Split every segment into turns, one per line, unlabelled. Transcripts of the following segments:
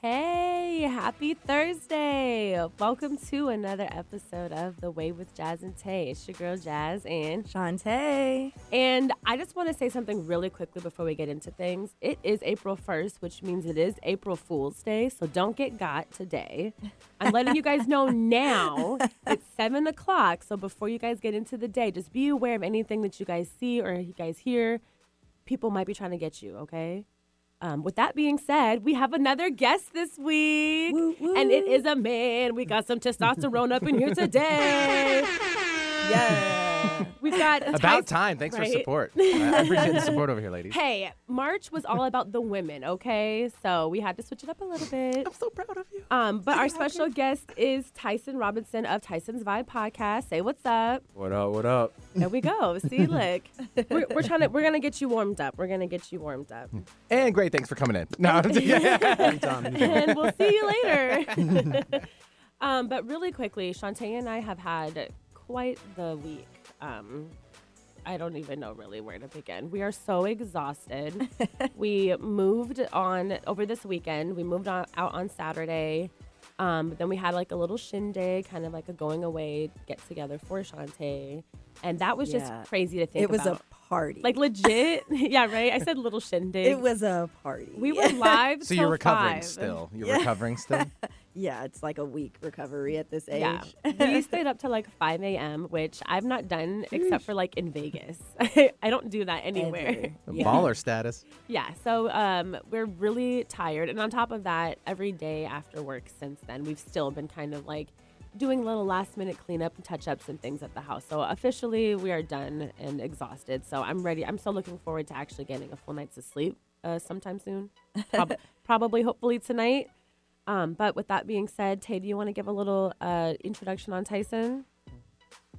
Hey, happy Thursday. Welcome to another episode of The Way with Jazz and Tay. It's your girl, Jazz and
Shantae.
And I just want to say something really quickly before we get into things. It is April 1st, which means it is April Fool's Day, so don't get got today. I'm letting you guys know now. It's 7 o'clock, so before you guys get into the day, just be aware of anything that you guys see or you guys hear. People might be trying to get you, okay? Um, with that being said, we have another guest this week,
Woo, woo.
and it is a man. We got some testosterone up in here today.
Yeah.
We've got
About
Tyson-
time. Thanks
right?
for support. I I appreciate the support over here, ladies.
Hey, March was all about the women, okay? So we had to switch it up a little bit.
so proud of you.
Um, but our special guest is Tyson Robinson of Tyson's Vibe Podcast. Say what's up.
What up? What up?
There we go. See, look, we're, we're trying to we're gonna get you warmed up. We're gonna get you warmed up,
And great. Thanks for coming in. No, I'm just, yeah.
and we'll see you later. um, but really quickly, Shantae and I have had quite the week. Um, I don't even know really where to begin. We are so exhausted. we moved on over this weekend. We moved on, out on Saturday. Um, but then we had like a little shindig, kind of like a going away get together for Shantae. And that was
Yeah.
just crazy to think
It was
about.
a party.
like legit. yeah, right. I said little shindig.
it was a party.
we were live.
So you're
till
recovering
five.
still. You're
Yeah.
recovering still.
yeah, it's like a week recovery at this age.
Yeah. we stayed up to like 5 a.m., which I've not done except for like in Vegas. I don't do that anywhere.
Ever. Yeah.
Baller status.
Yeah. So um, we're really tired. And on top of that, every day after work since then, we've still been kind of like doing little last minute cleanup and touch ups and things at the house. So officially, we are done and exhausted. So I'm ready. I'm so looking forward to actually getting a full night's of sleep uh, sometime soon. Prob- probably, hopefully, tonight. Um, but with that being said, Tay, do you want to give a little uh, introduction on Tyson?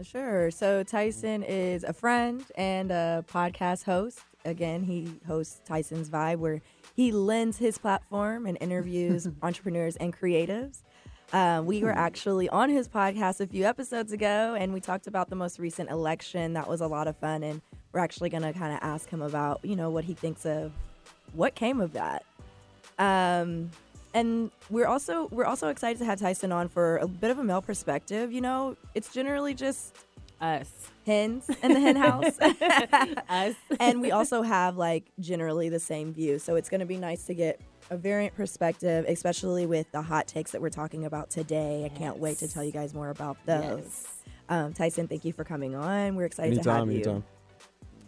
Sure. So Tyson is a friend and a podcast host. Again, he hosts Tyson's Vibe, where he lends his platform and interviews entrepreneurs and creatives. Uh, we were actually on his podcast a few episodes ago, and we talked about the most recent election. That was a lot of fun, and we're actually going to kind of ask him about, you know, what he thinks of what came of that. Um, and we're also we're also excited to have Tyson on for a bit of a male perspective. You know, it's generally just
Us.
hens in the hen house.
Us.
and we also have like generally the same view. So it's going to be nice to get a variant perspective, especially with the hot takes that we're talking about today. I can't wait to
Yes.
tell you guys more about those.
Yes.
Um, Tyson, thank you for coming on. We're excited to have
Anytime,
you.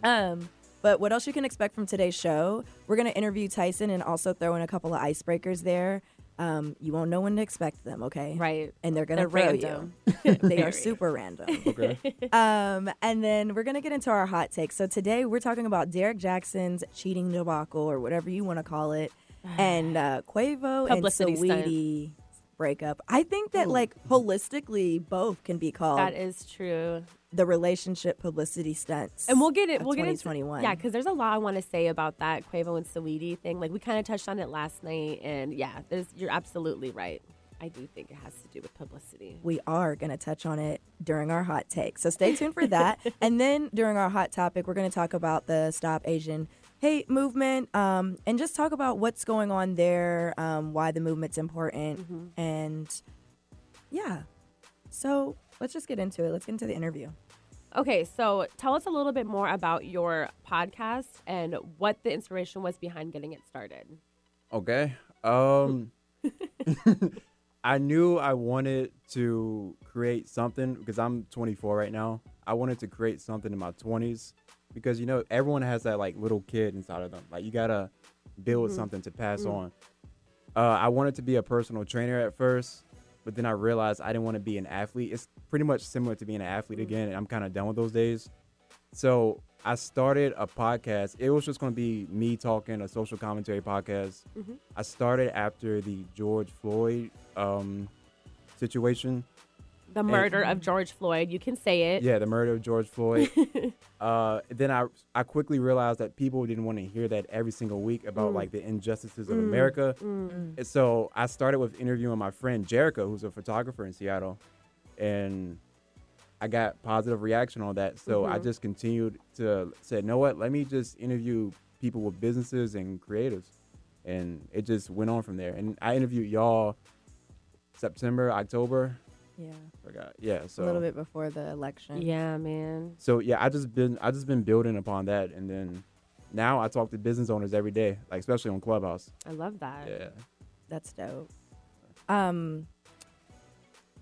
anytime.
Um, but what else you can expect from today's show? We're going to interview Tyson and also throw in a couple of icebreakers there. Um, you won't know when to expect them, okay?
Right.
And they're going to
They're
throw
random.
you. they
Very.
are super random.
Okay.
Um, and then we're going to get into our hot take. So today we're talking about Derek Jackson's cheating debacle or whatever you want to call it, and uh, Quavo
Publicity
and
stunt.
Saweetie breakup. I think that like holistically both can be called
That is true.
the relationship publicity stunts.
And we'll get it.
of
We'll get into
2021.
Yeah, because there's a lot I want to say about that Quavo and Saweetie thing. Like we kind of touched on it last night, and yeah, there's you're absolutely right. I do think it has to do with publicity.
we are going to touch on it during our hot take. So stay tuned for that. and then during our hot topic, we're going to talk about the Stop Asian Hate movement um, and just talk about what's going on there, um, why the movement's important. And yeah. So let's just get into it. Let's get into the interview.
Okay, so tell us a little bit more about your podcast and what the inspiration was behind getting it started.
Okay. Um, I knew I wanted to create something because I'm 24 right now. I wanted to create something in my 20s because you know everyone has that like little kid inside of them. Like you gotta build something to pass on. Uh, I wanted to be a personal trainer at first, but then I realized I didn't want to be an athlete. It's pretty much similar to being an athlete again, and I'm kind of done with those days. So I started a podcast. It was just going to be me talking, a social commentary podcast. I started after the George Floyd um, situation.
the murder of George Floyd. You can say it.
Yeah, the murder of George Floyd. uh, then I I quickly realized that people didn't want to hear that every single week
Mm.
about like the injustices of America. And so I started with interviewing my friend Jericho, who's a photographer in Seattle, and I got positive reaction on that. So
Mm-hmm.
I just continued to say, you know what? Let me just interview people with businesses and creatives, and it just went on from there. And I interviewed y'all September, October.
Yeah,
Forgot. Yeah. So
a little bit before the election.
Yeah, man.
so yeah, I just been I just been building upon that, and then now I talk to business owners every day, like especially on Clubhouse.
I love that.
Yeah,
That's dope. Um,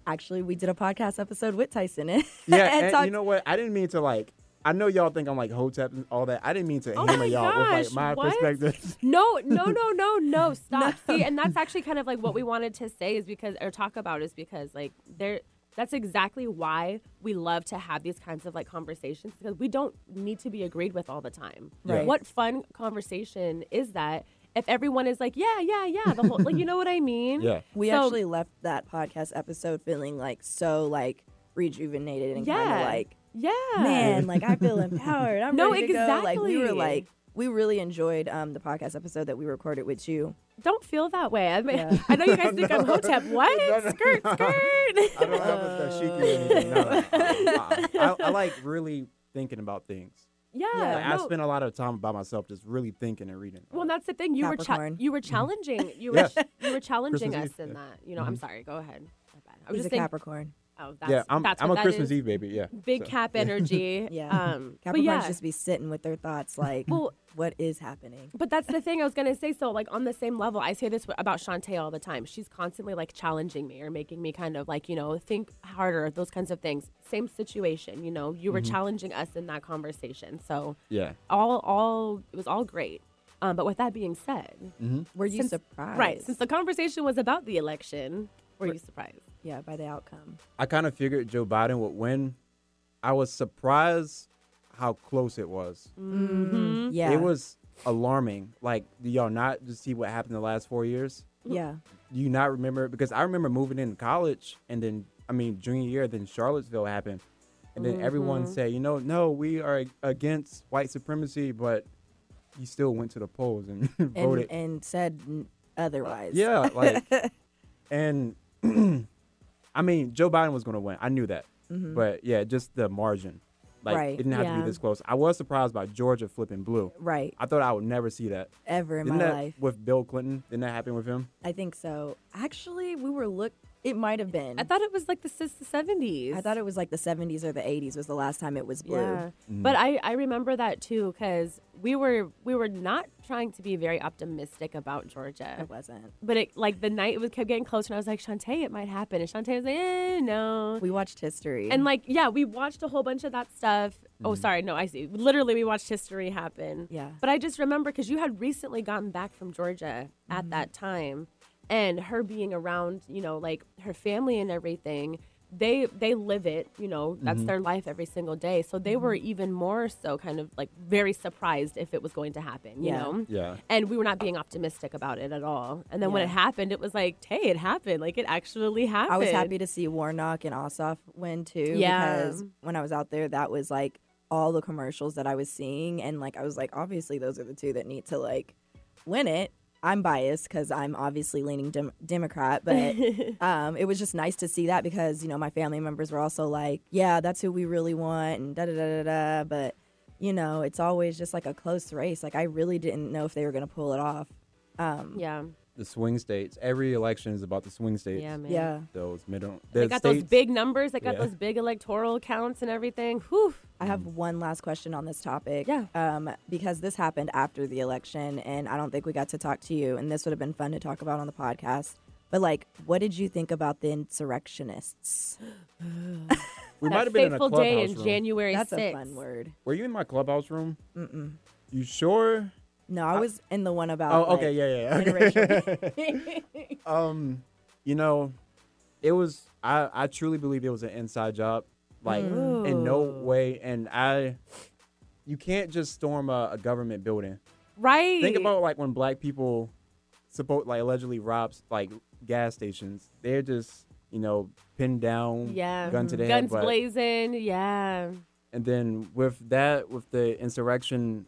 actually, we did a podcast episode with Tyson. and
yeah, and,
talked-
you know what? I didn't mean to like. I know y'all think I'm like hotep and all that. I didn't mean to
Oh
hammer
my
y'all
gosh,
with like my
what?
perspective.
No, no, no, no, no. Stop. See, and that's actually kind of like what we wanted to say is because or talk about is because like there that's exactly why we love to have these kinds of like conversations because we don't need to be agreed with all the time.
Right.
What fun conversation is that if everyone is like, yeah, yeah, yeah, the whole like you know what I mean?
yeah,
we
So-
actually left that podcast episode feeling like so like rejuvenated and kind
Yeah.
of like
Yeah.
man, like I feel empowered. I'm
No,
ready to go. Like we were
exactly.
like we really enjoyed um the podcast episode that we recorded with you.
Don't feel that way. I mean,
Yeah.
I know you guys think I'm hotep. What? Skirt, skirt.
I don't have a dashiki or anything. No, no. I, I like really thinking about things.
yeah.
Yeah.
Like, I
no.
spend a lot of time by myself just really thinking and reading.
Well, that's the thing. You were cha-
Capricorn. Mm-hmm.
you were challenging you were
Yeah.
you were challenging
Christmas
us
Eve,
in
yeah.
that. You know, I'm sorry. Go ahead. My bad. I was
Mm-hmm. He's a
just thinking.
Capricorn.
Oh, that's
yeah, I'm,
that's
I'm
what
a
that
Christmas
is.
Eve baby. Yeah,
Big
so.
cap energy.
Yeah.
Um, but
Capricorns
yeah.
just be sitting with their thoughts like
Well-
what is happening?
But that's the thing I was gonna say. So like on the same level, I say this about Shantae all the time. She's constantly like challenging me or making me kind of like you know think harder. Those kinds of things. Same situation. You know, you were
Mm-hmm.
challenging us in that conversation. So
Yeah.
all all it was all great. Um, but with that being said,
Were you
Since-
surprised?
right? Since the conversation was about the election, were you surprised?
yeah, by the outcome.
I kind of figured Joe Biden would win. I was surprised how close it was.
Mm-hmm.
Yeah.
It was alarming. Like, do y'all not just see what happened the last four years?
yeah.
Do you not remember? Because I remember moving in college and then, I mean, junior year, then Charlottesville happened. And then everyone said, you know, no, we are against white supremacy, but you still went to the polls and,
And
voted.
and said n- otherwise.
Yeah, like, and I mean, Joe Biden was going to win. I knew that, but yeah, just the margin. Like,
Right.
it didn't have to
Mm-hmm. Yeah.
be this close. I was surprised by Georgia flipping blue.
Right.
I thought I would never see that.
Ever in
Didn't
my
that
life.
with Bill Clinton? Didn't that happen with him?
I think so. Actually, we were look it might have been.
I thought it was like the since the seventies.
I thought it was like the 70s or the 80s was the last time it was blue.
Yeah, but I, I remember that too because we were we were not trying to be very optimistic about Georgia.
It wasn't.
But it like the night it was kept getting closer, and I was like, Shantae, it might happen. And Shantae was like, eh, no.
We watched history.
and like, yeah, we watched a whole bunch of that stuff. Oh, sorry, no, I see. Literally, we watched history happen.
Mm-hmm. Yeah.
But I just remember because you had recently gotten back from Georgia
Mm-hmm.
at that time, and her being around, you know, like her family and everything. They they live it, you know. That's
Mm-hmm.
their life every single day. So they were even more so kind of like very surprised if it was going to happen, you
Yeah.
know.
Yeah.
And we were not being optimistic about it at all. And then when
Yeah.
it happened, it was like, hey, it happened. Like it actually happened.
I was happy to see Warnock and Ossoff win too.
Yeah.
Because when I was out there, that was like all the commercials that I was seeing. And like, I was like, obviously, those are the two that need to like win it. I'm biased because I'm obviously leaning dem- Democrat, but um, it was just nice to see that because, you know, my family members were also like, yeah, that's who we really want and da da da da da. But, you know, it's always just like a close race. Like, I really didn't know if they were going to pull it off. Um,
Yeah.
The swing states. Every election is about the swing states.
Yeah, man.
yeah.
Those middle.
They
the
got those
states-
big numbers. They got
Yeah.
those big electoral counts and everything. Whew.
I have one last question on this topic.
Mm. Yeah.
Um, because this happened after the election, and I don't think we got to talk to you, and this would have been fun to talk about on the podcast. But like, what did you think about the insurrectionists?
We
that
might have been in a
fateful
clubhouse
day in
room.
January
That's
6th.
a fun word.
Were you in my clubhouse room? Mm-mm. You sure?
No,
Uh,
I was in the one about.
Oh,
like,
okay, yeah, yeah. Okay.
interracial-
um, you know, it was I I truly believe it was an inside job, like in no
Hmm. Ooh.
way. And I, you can't just storm a, a government building.
Right.
Think about like when black people, support like allegedly robs like gas stations. They're just you know, pinned down,
Yeah. hmm.
gun to the head.
Guns
but-
blazing. Yeah.
and then with that, with the insurrection,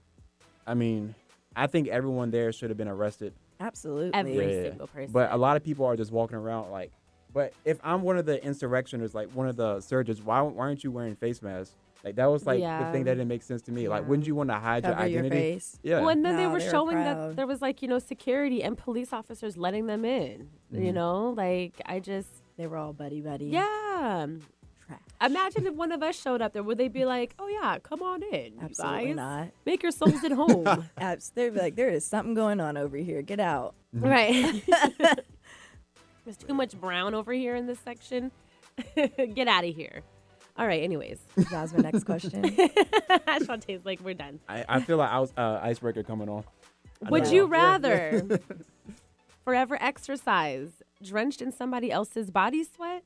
I mean, I think everyone there should have been arrested.
Absolutely.
Every single person.
But a lot of people are just walking around like, but if I'm one of the insurrectioners, like one of the surgeons, why, why aren't you wearing face masks? Like that was like the
Yeah.
thing that didn't make sense to me. Like,
Yeah.
wouldn't you want to hide your
Cover your
identity?
face.
Yeah.
Well, and then they
No,
were
they were
showing
proud.
that there was like, you know, security and police officers letting them in.
Mm-hmm.
You know, like I just,
They were all buddy buddy.
yeah.
Trash.
Imagine if one of us showed up there, would they be like, "Oh yeah, come on in, you
Absolutely
guys.
not.
Make your souls at home."
Abs- they'd be like, there is something going on over here. Get out.
right. There's too much brown over here in this section. Get out of here. All right. Anyways,
Jasmine, next question.
Shantae's like, we're done.
I, I feel like I was uh, icebreaker coming on. I
Would
know.
you
Yeah.
rather forever exercise drenched in somebody else's body sweat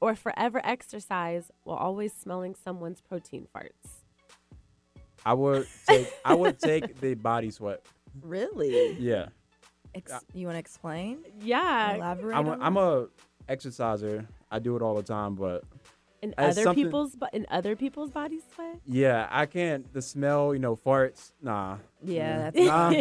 or forever exercise while always smelling someone's protein farts?
I would take I would take the body sweat.
really?
Yeah.
Ex- you want to explain?
Yeah.
Elaborate?
I'm a,
on
I'm
that?
a exerciser. I do it all the time, but
In
As
other
something-
people's but in other people's body sweat?
yeah, I can't. The smell, you know, farts. Nah,
Yeah, that's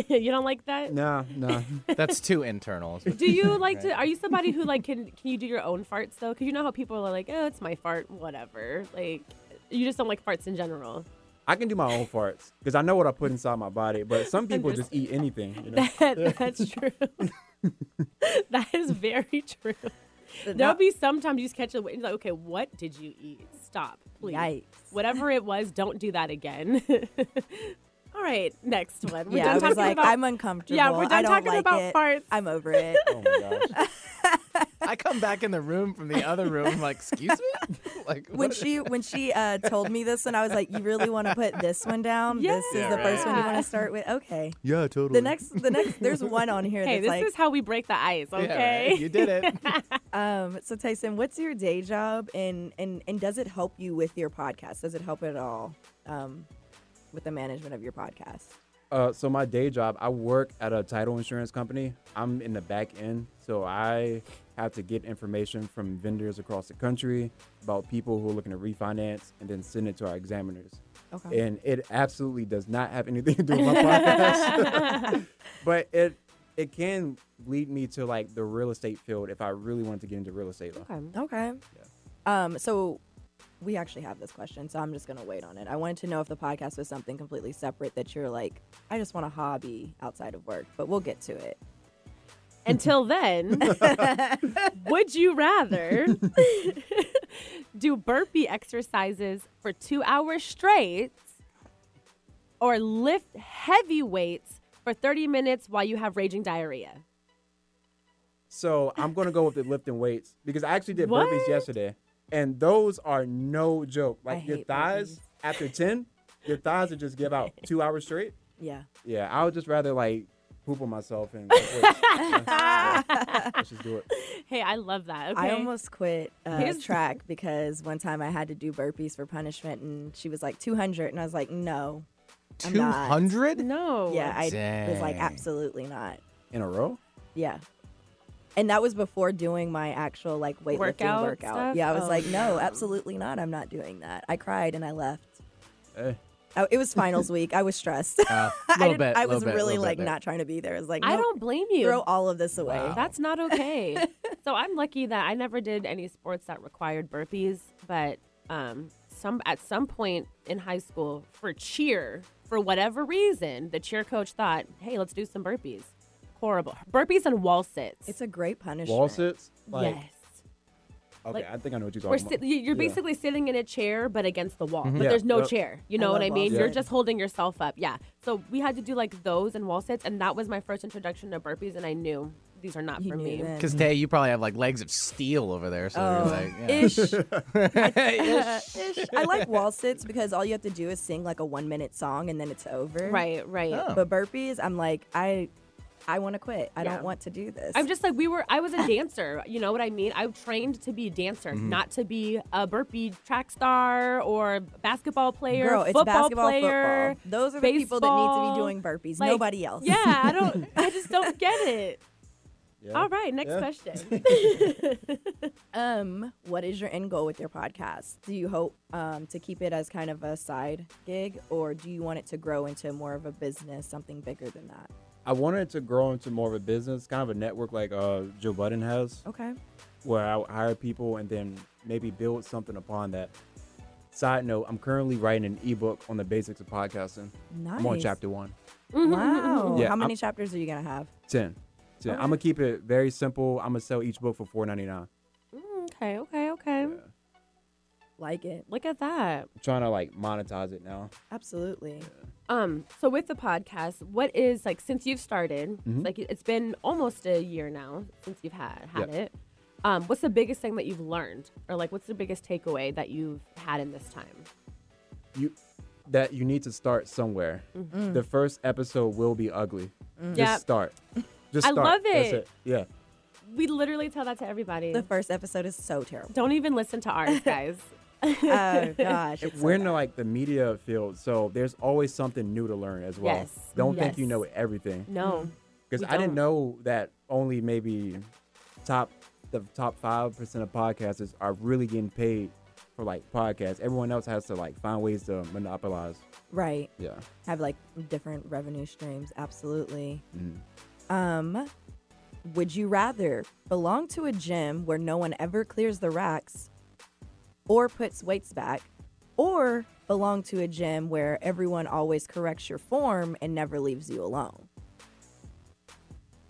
Nah.
you don't like that?
nah, nah.
That's too internal.
Do you like to are you somebody who like can can you do your own farts though? Cuz you know how people are like, "Oh, it's my fart, whatever." Like you just don't like farts in general.
I can do my own farts because I know what I put inside my body. But some people just eat anything. You know?
That, that's true. that is very true.
But
There'll
not-
be sometimes you just catch it and you're like, okay, what did you eat? Stop, please.
Yikes.
Whatever it was, don't do that again. All right, next one. We're
yeah,
done
I
talking
was like,
about.
I'm uncomfortable.
yeah, we're
I
done
don't
talking
like
about
it.
farts.
I'm over it.
oh my gosh.
I come back in the room from the other room, like, excuse me? Like,
when
what-
she when she uh, told me this one, I was like, "You really want to put this one down? This is
Yeah,
the first one you
right.
want to start with." Okay.
Yeah, totally.
The next, the next, there's one on here
hey,
that's
this
like,
is how we break the ice.
Yeah, right.
Okay.
You did it.
um, so Tyson, what's your day job, and and and does it help you with your podcast? Does it help at all, um, with the management of your podcast?
Uh, so my day job, I work at a title insurance company. I'm in the back end, so I have to get information from vendors across the country about people who are looking to refinance and then send it to our examiners.
Okay.
And it absolutely does not have anything to do with my podcast, but it it can lead me to like the real estate field if I really wanted to get into real estate. though.
Okay.
Okay. Um, so we actually have this question, so I'm just gonna wait on it. I wanted to know if the podcast was something completely separate that you're like, I just want a hobby outside of work, but we'll get to it.
Until then, would you rather do burpee exercises for two hours straight or lift heavy weights for 30 minutes while you have raging diarrhea?
So I'm gonna go with the lifting weights because I actually did burpees
What?
yesterday, and those are no joke. Like your
hate
thighs
burpees.
after ten, your thighs would just give out two hours straight.
Yeah.
Yeah, I would just rather like poop on myself and like, wait, yeah, let's just do it.
Hey, I love that. Okay.
I almost quit uh,
Here's-
track because one time I had to do burpees for punishment, and she was like 200, and I was like, no, I'm
Two
not.
hundred?
no.
Yeah, I was like,
Dang.
absolutely not.
In a row?
Yeah. And that was before doing my actual like weightlifting
Workout
workout.
stuff?
Yeah, I was
Oh,
like, no, absolutely not. I'm not doing that. I cried and I left.
Eh.
I- it was finals week. I was stressed.
Uh,
I,
little
didn't-
bit,
I
little
was
bit,
really
little bit
like
there.
not trying to be there. I was like,
I
nope,
don't blame you.
throw all of this away.
Wow.
That's not okay. so I'm lucky that I never did any sports that required burpees, but um, some at some point in high school for cheer, for whatever reason, the cheer coach thought, "Hey, let's do some burpees." Horrible burpees and wall sits.
It's a great punishment.
Wall sits? Like,
yes.
Okay,
Like,
I think I know what you're
Or
talking
sit,
about.
you- you're
Yeah. Mm-hmm.
basically sitting in a chair, but against the wall. But
Yeah,
there's no
yeah.
chair. You
I
know what
love
I
wall
mean?
sits.
You're just holding yourself up. Yeah. So we had to do like those and wall sits, and that was my first introduction to burpees, and I knew these are not
You
for
knew
me.
then.
Because Tay, you probably have like legs of steel over there, so
Oh.
you're
Ish.
like, yeah.
I like wall sits because all you have to do is sing like a one minute song and then it's over.
Right, right.
Oh.
But burpees, I'm like, I I want to quit. I
Yeah.
don't want to do this.
I'm just like we were. I was a dancer. You know what I mean? I trained to be a dancer,
Mm-hmm.
not to be a burpee track star or basketball player,
Girl, it's
football
basketball,
player.
football. Those are the people that need to
baseball.
be doing burpees.
Like,
Nobody else.
Yeah, I don't. I just don't get it.
Yeah.
All right, next
Yeah.
question.
Um, what is your end goal with your podcast? Do you hope um, to keep it as kind of a side gig, or do you want it to grow into more of a business, something bigger than that?
I wanted to grow into more of a business, kind of a network like uh, Joe Budden has,
Okay.
where I would hire people and then maybe build something upon that. Side note: I'm currently writing an ebook on the basics of podcasting.
Nice.
I'm on chapter one.
Wow.
Yeah,
Mm-hmm, How
I'm-
many chapters are you gonna have?
10. 10. I'm gonna keep it very simple. I'm gonna sell each book for 4.99.
Mm, okay, okay, okay.
Like it?
Look at that.
I'm trying to like monetize it now.
Absolutely.
Um, so with the podcast, what is like since you've started,
Mhm.
like it's been almost a year now since you've had had
Yeah.
it. Um, what's the biggest thing that you've learned, or like what's the biggest takeaway that you've had in this time?
You that you need to start somewhere. The first episode will be ugly.
Mm-hmm.
Just
Mm. Yep.
start. Just
I
start.
love
That's
it.
Yeah.
We literally tell that to everybody.
The first episode is so terrible.
Don't even listen to ours, guys.
oh gosh. it's so
We're in
bad.
the, like the media field, so there's always something new to learn as well.
Yes.
Don't think you
Yes.
know everything.
no.
Because
We
I
don't.
didn't know that only maybe top the top five percent of podcasters are really getting paid for like podcasts. Everyone else has to like find ways to monopolize.
right.
Yeah.
Have like different revenue streams. Absolutely. Um, would you rather belong to a gym where no one ever clears the racks or puts weights back, or belong to a gym where everyone always corrects your form and never leaves you alone?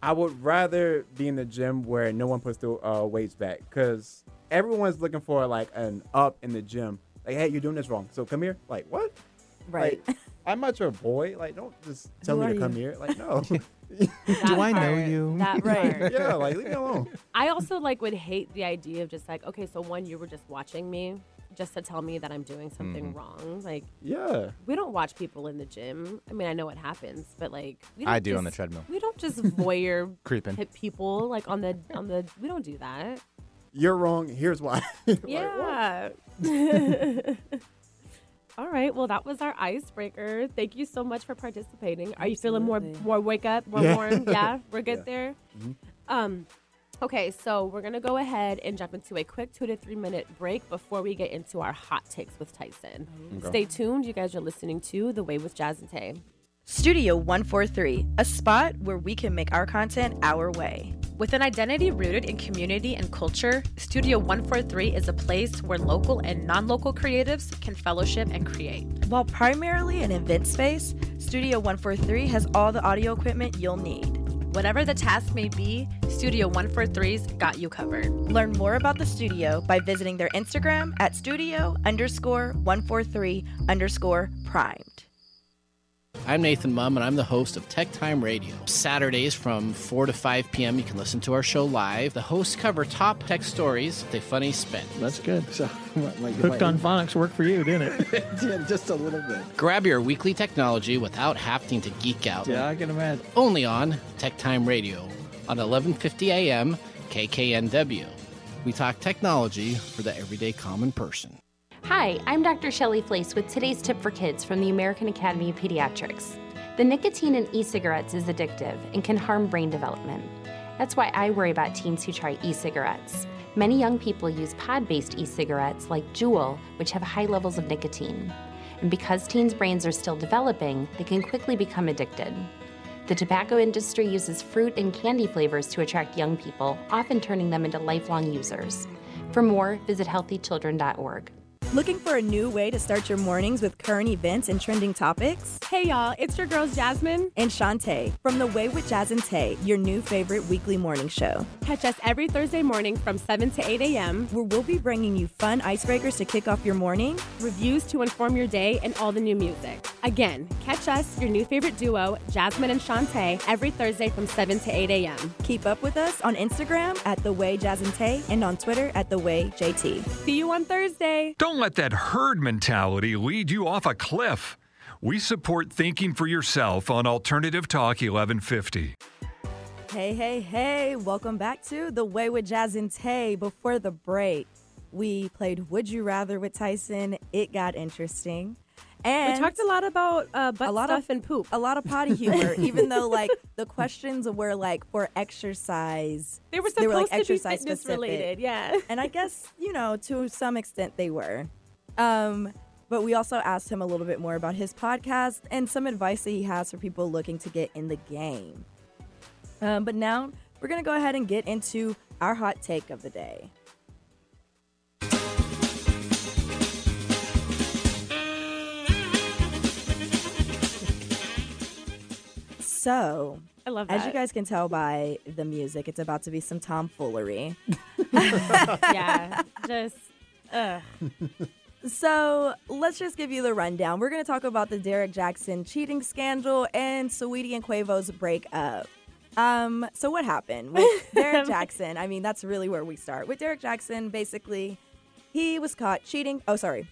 I would rather be in the gym where no one puts the uh, weights back because everyone's looking for like an up in the gym. Like, hey, you're doing this wrong. So come here. Like, what?
Right.
Like, I'm not your boy. Like, don't just tell
Who
me
are
to come
you?
here. Like, no.
That
I know
part-
you?
That
Right.
part.
yeah, like leave me alone.
I also like would hate the idea of just like, okay, so one, you were just watching me just to tell me that I'm doing something
Mm-hmm.
wrong. Like
Yeah.
we don't watch people in the gym. I mean, I know what happens, but like we
I
don't
do on the
just-
treadmill.
We don't just voyeur
Creeping.
hit people like on the on the. We don't do that.
You're wrong. Here's why. Like, what?
Yeah. All right. Well, that was our icebreaker. Thank you so much for participating. Are you feeling more
Absolutely.
more wake up, more
Yeah.
warm? Yeah, we're good
Yeah. Mm-hmm.
there. Um, okay, so we're gonna go ahead and jump into a quick two to three minute break before we get into our hot takes with Tyson.
Oh.
Stay
Okay.
tuned. You guys are listening to The Way with Jazz and Tay.
Studio 143, a spot where we can make our content our way.
With an identity rooted in community and culture, Studio 143 is a place where local and non local creatives can fellowship and create.
While primarily an event space, Studio 143 has all the audio equipment you'll need.
Whatever the task may be, Studio 143's got you covered.
Learn more about the studio by visiting their Instagram at studio underscore 143 underscore primed.
I'm Nathan Mum, and I'm the host of Tech Time Radio. Saturdays from 4 to 5 p.m., you can listen to our show live. The hosts cover top tech stories with a funny spin.
That's good. So, hooked on phonics worked for you, didn't it? just a little bit.
Grab your weekly technology without having to geek out.
Yeah, I can imagine.
Only on Tech Time Radio on 11:50 a.m. KKNW. We talk technology for the everyday common person.
Hi, I'm Dr. Shelley Flace with today's tip for kids from the American Academy of Pediatrics. The nicotine in e cigarettes is addictive and can harm brain development. That's why I worry about teens who try e cigarettes. Many young people use pod based e cigarettes like Juul, which have high levels of nicotine. And because teens' brains are still developing, they can quickly become addicted. The tobacco industry uses fruit and candy flavors to attract young people, often turning them into lifelong users. For more, visit healthychildren.org.
Looking for a new way to start your mornings with current events and trending topics?
Hey y'all, it's your girls Jasmine.
And Shantae from The Way with Jazz and Tay, your new favorite weekly morning show,
Catch us every Thursday morning from 7 to 8 a.m.
where we'll be bringing you fun icebreakers to kick off your morning.
Reviews to inform your day and all the new music. Again, catch us, your new favorite duo, Jasmine and Shantae, every Thursday from 7 to 8 a.m.
Keep up with us on Instagram at The Way Jazz and Tay and on Twitter at The Way JT.
See you on Thursday.
Don't let that herd mentality lead you off a cliff. We support thinking for yourself on Alternative Talk 1150.
Hey, hey, hey, welcome back to The Way with Jazz and Tay. Before the break, we played Would You Rather with Tyson. It got interesting. And
we talked a lot about uh, butt
a lot
stuff
of
and poop.
A lot of potty humor, even though like the questions were like for exercise.
They were supposed to be fitness related, yeah.
And I guess you know to some extent they were, um, but we also asked him a little bit more about his podcast and some advice that he has for people looking to get in the game. Um, but now we're gonna go ahead and get into our hot take of the day. So
I love
As you
that.
guys can tell by the music, it's about to be some tomfoolery.
yeah, just uh,
So let's just give you the rundown. We're going to talk about the Derek Jackson cheating scandal and Saweetie and Quavo's breakup. Um, so what happened with Derek Jackson? I mean, that's really where we start. With Derek Jackson, basically, he was caught cheating. Oh, sorry.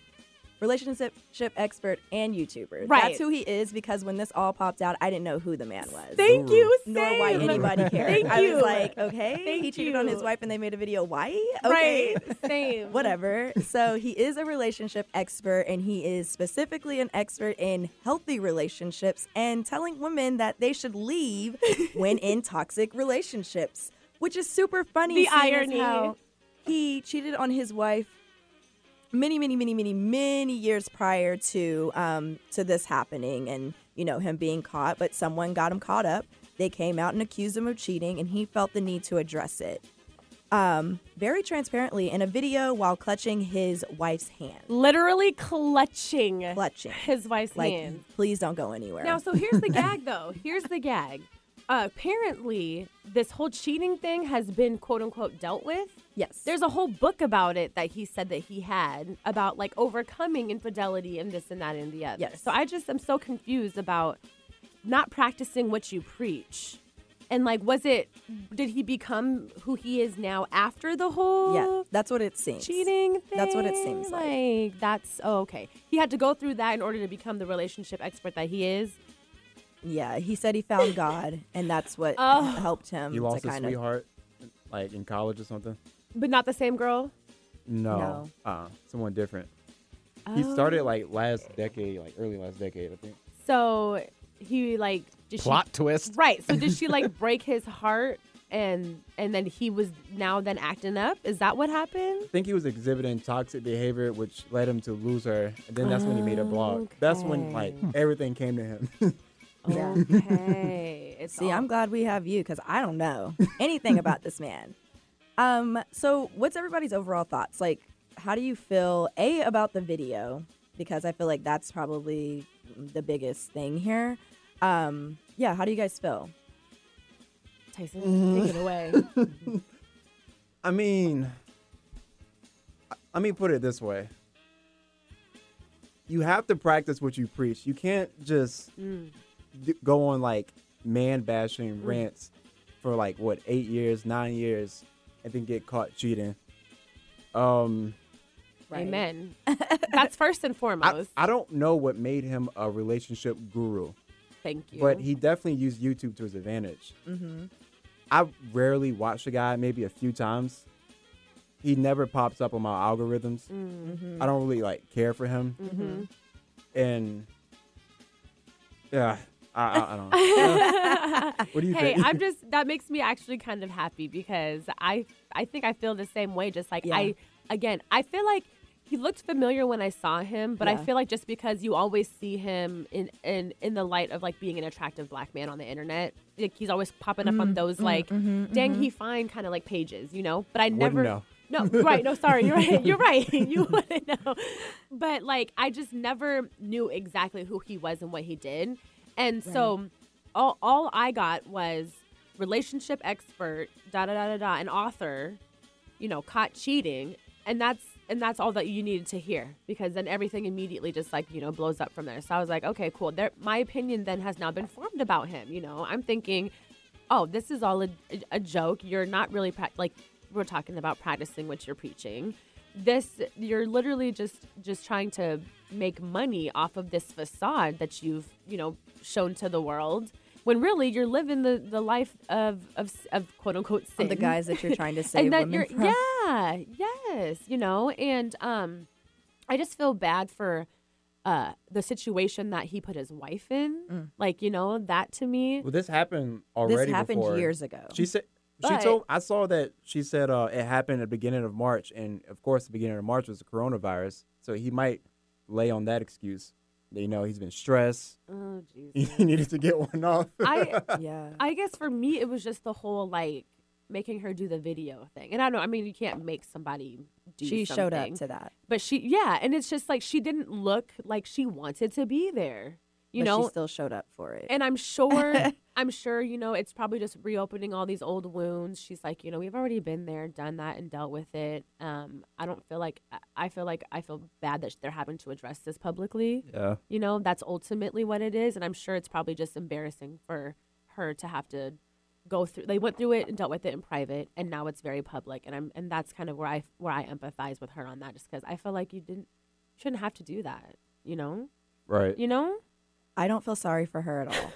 Relationship expert and YouTuber.
Right.
That's who he is because when this all popped out, I didn't know who the man was.
Thank you,
Nor why
same.
anybody cared.
Thank
I
you.
was like, okay,
Thank
he cheated on his
you.
wife and they made a video. Why? Okay.
right. Same.
whatever. So he is a relationship expert, and he is specifically an expert in healthy relationships and telling women that they should leave when in toxic relationships, which is super funny.
The
seeing as
irony.
how he cheated on his wife many, many, many, many, many years prior to um, to this happening, and you know him being caught. But someone got him caught up. They came out and accused him of cheating, and he felt the need to address it um, very transparently in a video while clutching his wife's hand.
Literally clutching
Clutching.
his wife's
Like,
hand.
please don't go anywhere.
Now, so here's the gag, though. Here's the gag. Uh, apparently, this whole cheating thing has been quote unquote dealt with.
Yes.
There's a whole book about it that he said that he had about like overcoming infidelity and this and that and the other.
Yes.
So I just am so confused about not practicing what you preach. And like, was it, did he become who he is now after the whole
yeah, that's what it seems.
cheating thing?
That's what it seems like.
Like, that's oh, okay. He had to go through that in order to become the relationship expert that he is.
Yeah, he said he found God, and that's what
Oh.
helped him.
You lost
to
a
kind of
sweetheart, like in college or something?
But not the same girl?
No,
No. Um,
Uh, someone different. He started like last decade, like early last decade, I think.
So he like did
Plot
she,
twist.
Right. So did she like break his heart and and then he was now then acting up? Is that what happened?
I think he was exhibiting toxic behavior, which led him to lose her. And then that's when he made a blog. That's when like everything came to him.
Okay. it's
See, I'm glad we have you because I don't know anything about this man. Um, so what's everybody's overall thoughts? Like, how do you feel a about the video? Because I feel like that's probably the biggest thing here. Um, yeah, how do you guys feel?
Tyson, take it away.
I mean, I- let me put it this way. You have to practice what you preach. You can't just d- go on like man bashing rants for like what eight years, nine years, and then get caught cheating. Um,
Amen. That's first and
I,
foremost.
I don't know what made him a relationship guru,
Thank you.
but he definitely used YouTube to his advantage.
Mm-hmm.
I rarely watch the guy, maybe a few times. He never pops up on my algorithms.
Mm-hmm.
Mhm.
I don't really like care for him,
Mhm.
and yeah, I, I, I don't. what do you
hey,
think?
I'm just that makes me actually kind of happy because I I think I feel the same way. Just like
Yeah.
I again, I feel like he looked familiar when I saw him, but I
Yeah.
feel like just because you always see him in in in the light of like being an attractive black man on the internet, like he's always popping up on
Mm-hmm.
those like dang he fine kind of like pages, you know. But I
Wouldn't
never
know.
no, right. No, sorry. You're right. You're right. You wouldn't know. But like, I just never knew exactly who he was and what he did. And so all, all I got was relationship expert, da da da da da, an author, you know, caught cheating. And that's and that's all that you needed to hear because then everything immediately just like you know blows up from there. So I was like, okay, cool. There, my opinion then has now been formed about him. You know, I'm thinking, oh, this is all a, a joke. You're not really prac like we're talking about practicing what you're preaching. This you're literally just just trying to make money off of this facade that you've you know shown to the world. When really you're living the, the life of, of of quote unquote sin.
Of the guys that you're trying to save women from.
yeah yes you know and um I just feel bad for uh, the situation that he put his wife in.
Mm.
Like, you know, that to me.
Well, this happened already.
happened
before.
years ago.
She said.
But-
she told. I saw that she said uh, it happened at the beginning of March, and of course, the beginning of March was the coronavirus. So he might lay on that excuse. That, you know, he's been stressed.
Oh, jeez.
He needed to get one off.
I
yeah.
I guess for me it was just the whole like making her do the video thing. And I know, I mean, you can't make somebody do
She showed up
something.
to that.
But she yeah, and it's just like she didn't look like she wanted to be there. You
but
know,
she still showed up for it.
and I'm sure, I'm sure, you know, it's probably just reopening all these old wounds. She's like, you know, we've already been there, done that, and dealt with it. Um, I don't feel like I- I feel like I feel bad that they're having to address this publicly.
Yeah.
You know, that's ultimately what it is, and I'm sure it's probably just embarrassing for her to have to go through. They went through it and dealt with it in private, and now it's very public. And I'm, and that's kind of where I where I empathize with her on that, just because I feel like you didn't shouldn't have to do that. You know,
right.
you know,
I don't feel sorry for her at all.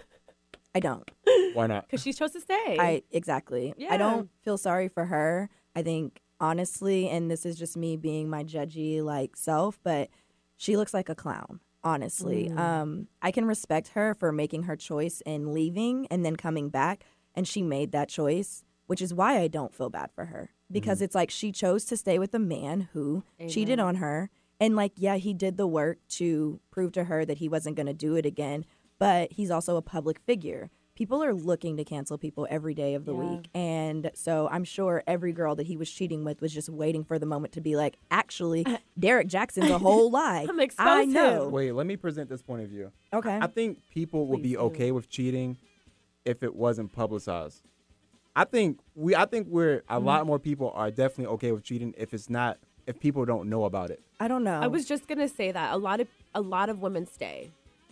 I don't.
Why not?
because she chose to stay.
I exactly.
Yeah.
I don't feel sorry for her. I think honestly, and this is just me being my judgy like self, but she looks like a clown. Honestly, um, I can respect her for making her choice and leaving and then coming back, and she made that choice, which is why I don't feel bad for her because it's like she chose to stay with a man who cheated on her, and like yeah, he did the work to prove to her that he wasn't going to do it again, but he's also a public figure. People are looking to cancel people every day of the
Yeah.
week. And so I'm sure every girl that he was cheating with was just waiting for the moment to be like, actually, Derek Jackson's a whole lie.
I'm
I
exposed
know.
Wait, let me present this point of view.
Okay.
I think people would be okay with cheating if it wasn't publicized. I think we I think we're
Mm-hmm.
a lot more people are definitely okay with cheating if it's not if people don't know about it.
I don't know.
I was just gonna say that a lot of a lot of women stay,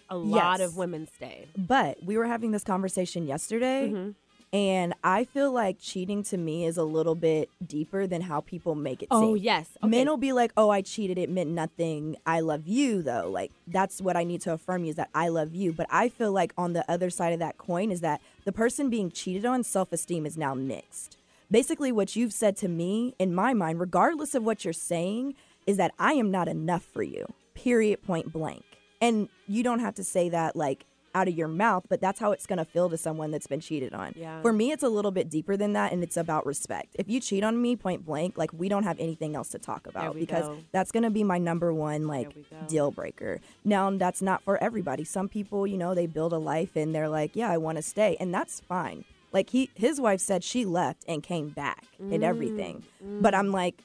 a lot
Yes.
of women stay.
But we were having this conversation yesterday,
Mm-hmm.
and I feel like cheating to me is a little bit deeper than how people make it seem.
Oh yes, okay.
Men will be like, oh, I cheated. It meant nothing. I love you, though. Like, that's what I need to affirm you is that I love you. But I feel like on the other side of that coin is that the person being cheated on, self esteem is now mixed. Basically, what you've said to me, in my mind, regardless of what you're saying, is that I am not enough for you, period, point blank. And you don't have to say that like out of your mouth, but that's how it's going to feel to someone that's been cheated on.
Yeah.
For me, it's a little bit deeper than that, and it's about respect. If you cheat on me point blank, like we don't have anything else to talk about
we
because
go.
that's going to be my number one like
we go.
deal breaker. Now, that's not for everybody. Some people, you know, they build a life and they're like, yeah, I want to stay, and that's fine. Like he, his wife said she left and came back and everything,
Mm,
but I'm like.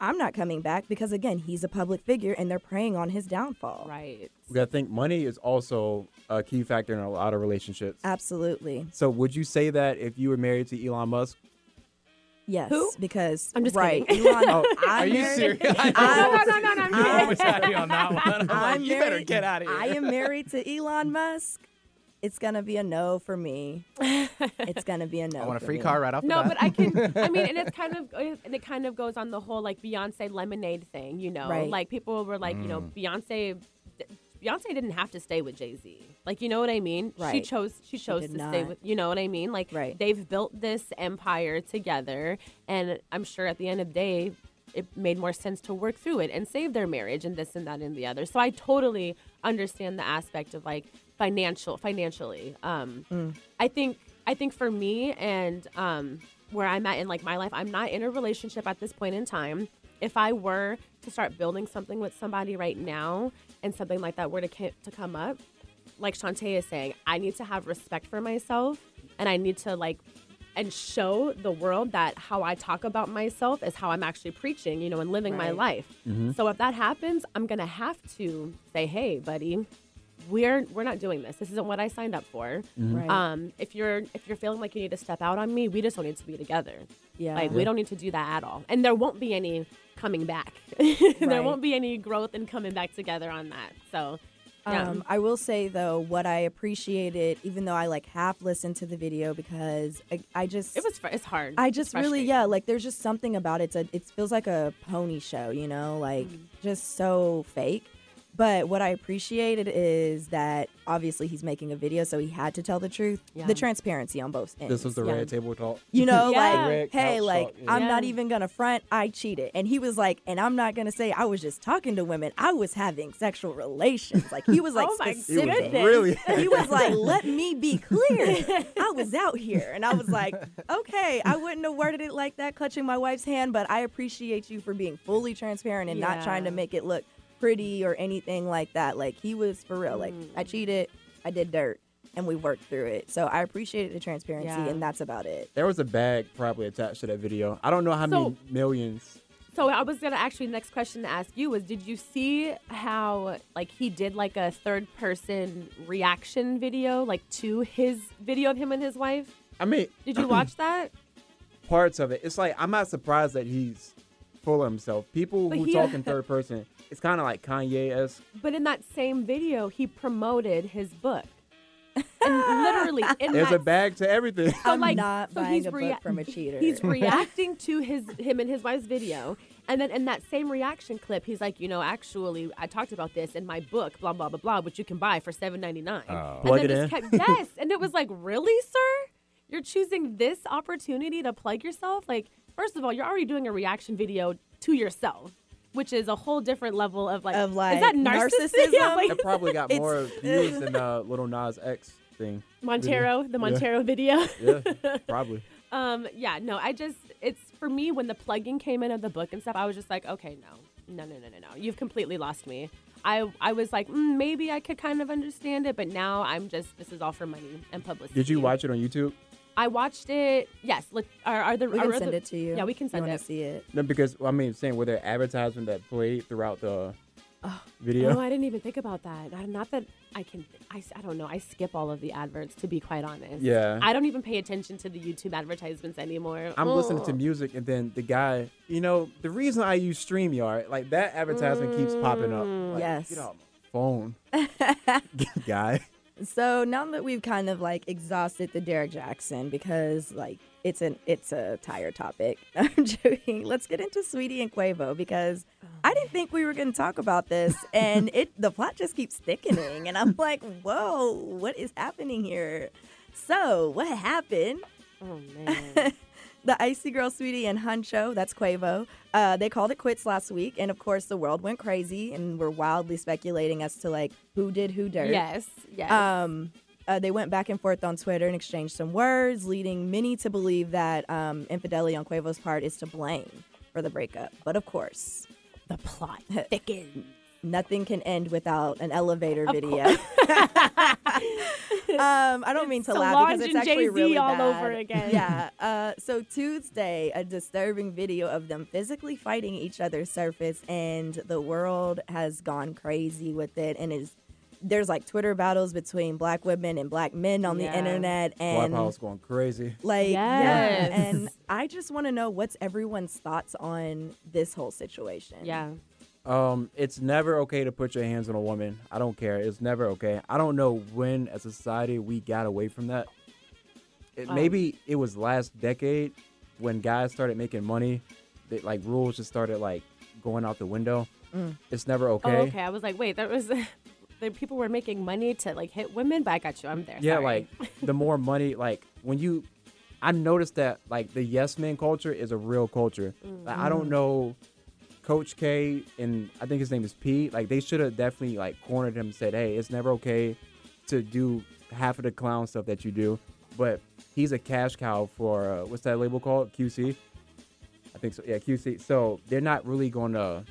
I'm not coming back because again, he's a public figure and they're preying on his downfall.
right.
I think money is also a key factor in a lot of relationships.
Uh,
Absolutely.
So would you say that if you were married to Elon Musk?
Yes.
Who?
Because
I'm just
right.
kidding.
Elon,
Oh,
I'm
Are you
married-
serious? I
No, no,
I'm-
no, no, no.
you
I'm
always had me on that one. I'm, like, you better
married-
get out of here.
I am married to Elon Musk. It's gonna be a no for me. It's gonna be a no.
I want a
for
free
me.
car right off the
no,
bat.
but I can. I mean, and it's kind of and it kind of goes on the whole like Beyonce lemonade thing. You know,
Right.
like people were like, you know, Beyonce. Beyonce didn't have to stay with Jay Z. Like, you know what I mean? She
Right.
chose. She chose
did
to stay
not.
with. You know what I mean? Like,
Right.
they've built this empire together, and I'm sure at the end of the day, it made more sense to work through it and save their marriage and this and that and the other. So I totally understand the aspect of like financial, financially. Um, I think I think for me and um, where I'm at in like my life, I'm not in a relationship at this point in time. If I were to start building something with somebody right now, and something like that were to ca- to come up, like Shantae is saying, I need to have respect for myself, and I need to like and show the world that how I talk about myself is how I'm actually preaching, you know, and living my
Right. Mm-hmm.
life. So if that happens, I'm gonna have to say, hey, buddy, we're we're not doing this. This isn't what I signed up for.
Right.
Um, if you're if you're feeling like you need to step out on me, we just don't need to be together.
yeah.
Like we don't need to do that at all. And there won't be any coming back. there
Right.
won't be any growth and coming back together on that. So yeah.
Um, I will say though, what I appreciated, even though I like half listened to the video because I, I just
it was fr- it's hard.
I
It's
just really,
frustrating.
yeah, like there's just
Mm-hmm.
something about it. It's a, it feels like a pony show, you know, like just so fake. But what I appreciated is that obviously he's making a video, so he had to tell the truth.
Yeah.
The transparency on both ends.
This was the red table talk.
You know, like,
Red
hey,
couch
like,
talk, yeah.
I'm not even gonna front, I cheated. And he was like, and I'm not gonna say I was just talking to women, I was having sexual relations. Like, he was like,
Oh my
specific.
goodness. Really?
he was like, let me be clear, I was out here. And I was like, okay, I wouldn't have worded it like that, clutching my wife's hand, but I appreciate you for being fully transparent and not trying to
Yeah.
make it look pretty or anything like that. Like, he was for real. Like,
Mm.
I cheated, I did dirt. And we worked through it. So I appreciated the transparency,
Yeah.
and that's about it.
There was a bag probably attached to that video. I don't know how many
So-
millions.
So I was gonna actually next question to ask you was did you see how like he did like a third person reaction video like to his video of him and his wife?
I mean,
Did you watch that?
parts of it. It's like I'm not surprised that he's full of himself. People
But
who
he-
talk in third person, it's kind of like Kanye esque.
But in that same video, he promoted his book. And literally in
There's
that
a bag to everything.
So, like,
not
so
buying
he's
a book
rea-
from a cheater.
He's reacting to his him and his wife's video, and then in that same reaction clip, he's like, you know, actually, I talked about this in my book, blah blah blah blah, which you can buy for seven ninety nine. and
Oh. Plug
then
it
just
in.
kept yes, and it was like, really, sir, you're choosing this opportunity to plug yourself? Like, first of all, you're already doing a reaction video to yourself. Which is a whole different level of like,
Of,
is
like,
that narcissism? Yeah,
narcissism?
like-
It probably got
It's-
more views than uh, little Nas X thing.
Montero,
Video.
the Montero video.
Yeah, yeah probably.
Um, yeah, no, I just it's for me when the plugging came in of the book and stuff, I was just like, okay, no, no, no, no, no, no, you've completely lost me. I I was like, mm, maybe I could kind of understand it, but now I'm just this is all for money and publicity.
Did you watch it on YouTube?
I watched it. Yes, look, are, are the
We
are
can
the-
send it to you.
Yeah, we can
You
send
wanna
it.
see it.
No, because I mean, saying were there advertisement that played throughout the video?
No, Oh, I didn't even think about that. I- Not that I can. I, s- I don't know. I skip all of the adverts to be quite honest.
Yeah.
I don't even pay attention to the YouTube advertisements anymore.
I'm listening to
Ugh.
music and then the guy, you know, the reason I use StreamYard, like that advertisement keeps popping up.
Mm,
Like,
yes.
Get off my phone. guy.
So now that we've kind of like exhausted the Derek Jackson because like it's an it's a tire topic. I'm joking. Let's get into Sweetie and Quavo because I didn't think we were going to talk about this, and it the plot just keeps thickening, and I'm like, whoa, what is happening here? So what happened?
Oh man.
the Icy Girl Sweetie and Huncho, that's Quavo, uh, they called it quits last week. And of course, the world went crazy and we're wildly speculating as to like who did who dirt.
Yes, yes.
Um, uh, they went back and forth on Twitter and exchanged some words, leading many to believe that um, infidelity on Quavo's part is to blame for the breakup. But of course,
the plot thickens.
Nothing can end without an elevator video. um, I don't mean to laugh
Solange
because it's
and
actually
Jay-Z
really
all
bad.
over again.
Yeah. Uh, so Tuesday, a disturbing video of them physically fighting each other surfaced, and the world has gone crazy with it, and is. There's like Twitter battles between black women and black men on
Yeah.
the internet,
White
and
House going crazy.
like, yeah.
Yes.
And I just want to know what's everyone's thoughts on this whole situation.
Yeah.
Um, it's never okay to put your hands on a woman. I don't care. It's never okay. I don't know when, as a society, we got away from that. It,
Um,
maybe it was last decade when guys started making money. That like rules just started like going out the window.
Mm.
It's never okay.
Oh, okay. I was like, wait, that was the people were making money to like hit women, but I got you. I'm there.
Yeah,
Sorry.
like the more money, like when you, I noticed that like the yes man culture is a real culture. Like,
Mm-hmm.
I don't
Mm.
know, Coach K and I think his name is P. Like they should have definitely like cornered him and said, hey, it's never okay to do half of the clown stuff that you do. But he's a cash cow for uh, what's that label called? QC. I think so. Yeah, QC. So they're not really gonna.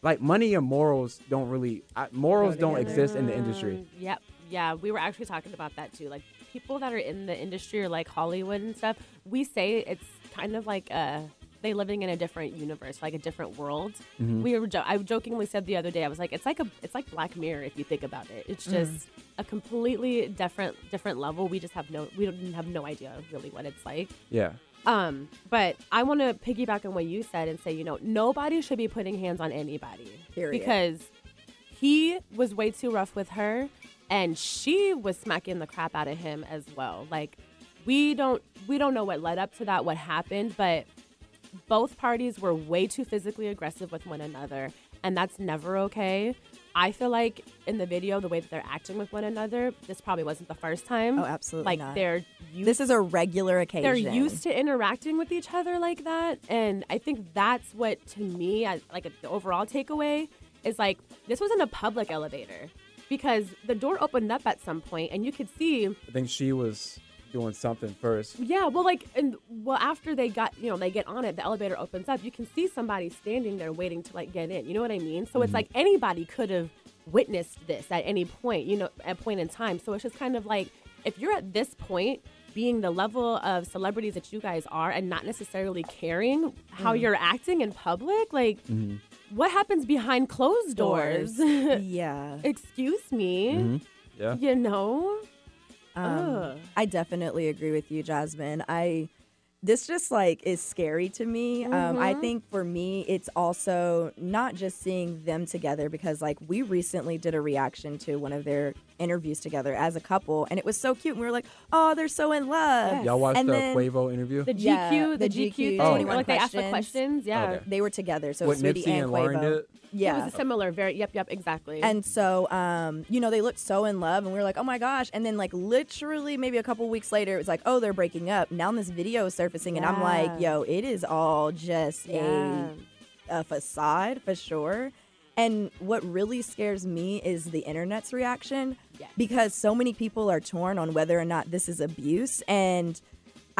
Like money and morals don't really I, morals don't
together.
exist in the industry.
Mm, Yep. Yeah, we were actually talking about that too. Like people that are in the industry or like Hollywood and stuff, we say it's kind of like uh they living in a different universe, like a different world.
Mm-hmm.
Mhm.
We were jo- I jokingly said the other day, I was like, it's like a it's like Black Mirror if you think about it.
Mm.
It's just
Mhm.
a completely different different level. We just have no we don't have no idea really what it's like.
Yeah.
Um, but I want to piggyback on what you said and say, you know, nobody should be putting hands on anybody.
Period.
Because he was way too rough with her and she was smacking the crap out of him as well. Like we don't we don't know what led up to that, what happened, but both parties were way too physically aggressive with one another and that's never okay. I feel like in the video, the way that they're acting with one another, this probably wasn't the first time.
Oh, absolutely
Like
not.
they're used
This is a regular occasion.
they're used to interacting with each other like that and i think that's what to me I- like the overall takeaway is like this was in a public elevator because the door opened up at some point and you could see
I think she was doing something first.
yeah well like and well after they got you know they get on it the elevator opens up you can see somebody standing there waiting to like get in you know what i mean so it's
Mhm.
like anybody could have witnessed this at any point you know at point in time so it's just kind of like if you're at this point being the level of celebrities that you guys are and not necessarily caring how
Mhm.
you're acting in public like what happens behind closed doors,
yeah.
excuse me
Yeah.
you know Ugh.
Um, I definitely agree with you, Jasmine. I this just like is scary to me. Um, I
Mm-hmm.
Mhm.
think for me, it's also not just seeing them together because like we recently did a reaction to one of their interviews together as a couple, and it was so cute. And we were like, "Oh, they're so in love."
Y'all watched
and
the
then-
Quavo interview?
The GQ, the GQ thing,
Oh,
where, like they asked the questions. Yeah,
Okay.
they were together, so it
What
was Sweetie
Nipsey and Lauren
Quavo.
did?
Yeah,
it was a similar, very yep, yep, exactly.
And so, um, you know, they looked so in love, and we were like, oh my gosh. And then, like, literally, maybe a couple weeks later, it was like, oh, they're breaking up. Now this video is surfacing, and I'm like,
Yeah.
yo, it is all just
Yeah.
a, a facade for sure. And what really scares me is the internet's reaction because so many people are torn on whether or not this is abuse. And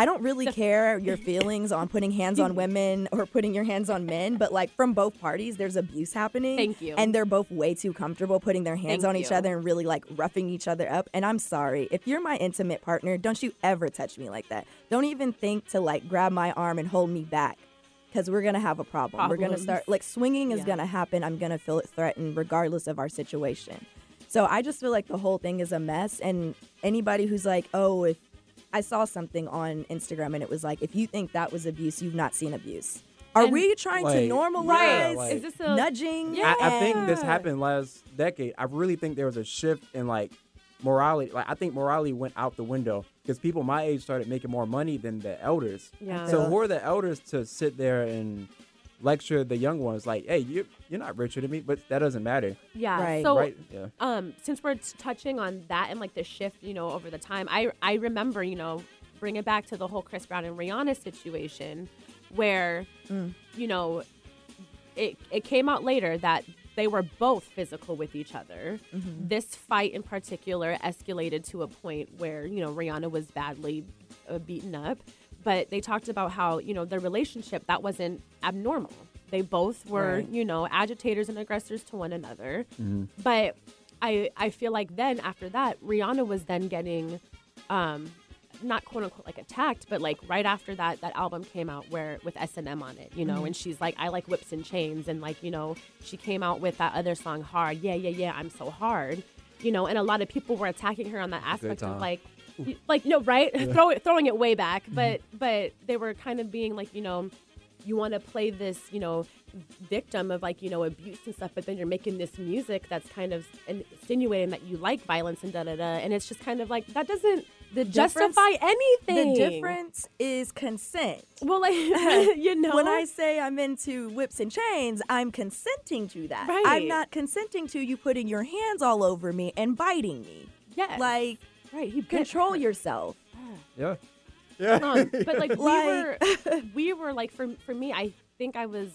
I don't really care your feelings on putting hands on women or putting your hands on men, but like from both parties, there's abuse happening.
Thank you.
And they're both way too comfortable putting their hands
Thank
on each
you.
other and really like roughing each other up. And I'm sorry, if you're my intimate partner, don't you ever touch me like that. Don't even think to like grab my arm and hold me back because we're gonna have a problem. We're gonna
Problems.
start like swinging is
Yeah.
gonna happen. I'm gonna feel it threatened regardless of our situation. So I just feel like the whole thing is a mess. And anybody who's like, oh, if I saw something on Instagram and it was like, if you think that was abuse, you've not seen abuse. Are
And-
we trying to
Like,
normalize
Right. like- Is this
a-
nudging?
I, I think this
and-
happened last decade. I really think there was a shift in like morality. Like I think morality went out the window because people my age started making more money than the elders.
Yeah.
So
Yeah.
who are the elders to sit there and lecture the young ones? Like, hey, you you're not richer than me, but that doesn't matter.
Yeah. So,
right. Yeah.
um, since we're t- touching on that and like the shift, you know, over the time, I I remember, you know, bring it back to the whole Chris Brown and Rihanna situation, where you know, it it came out later that they were both physical with each other.
Mhm.
This fight in particular escalated to a point where you know Rihanna was badly uh, beaten up, but they talked about how you know their relationship that wasn't abnormal. They both were
Right.
you know agitators and aggressors to one another.
Mhm.
But I I feel like then after that Rihanna was then getting um not quote unquote like attacked, but like right after that that album came out where with S and M on it, you know,
Mhm.
and she's like I like whips and chains and like you know she came out with that other song hard, yeah yeah yeah I'm so hard, you know, and a lot of people were attacking her on that aspect of
time.
like y- like no right
Yeah.
throw it throwing it way back, but but they were kind of being like you know you want to play this, you know, victim of like, you know, abuse and stuff, but then you're making this music that's kind of insinuating that you like violence and da da da. And it's just kind of like, that doesn't
difference-
justify anything.
The difference is consent.
Well, like you know,
when I say I'm into whips and chains, I'm consenting to that.
Right.
I'm not consenting to you putting your hands all over me and biting me.
Yes.
like
right. You
control yourself.
Yeah. Yeah.
Um, but like,
Like-
we were, we were like, for for me, I think I was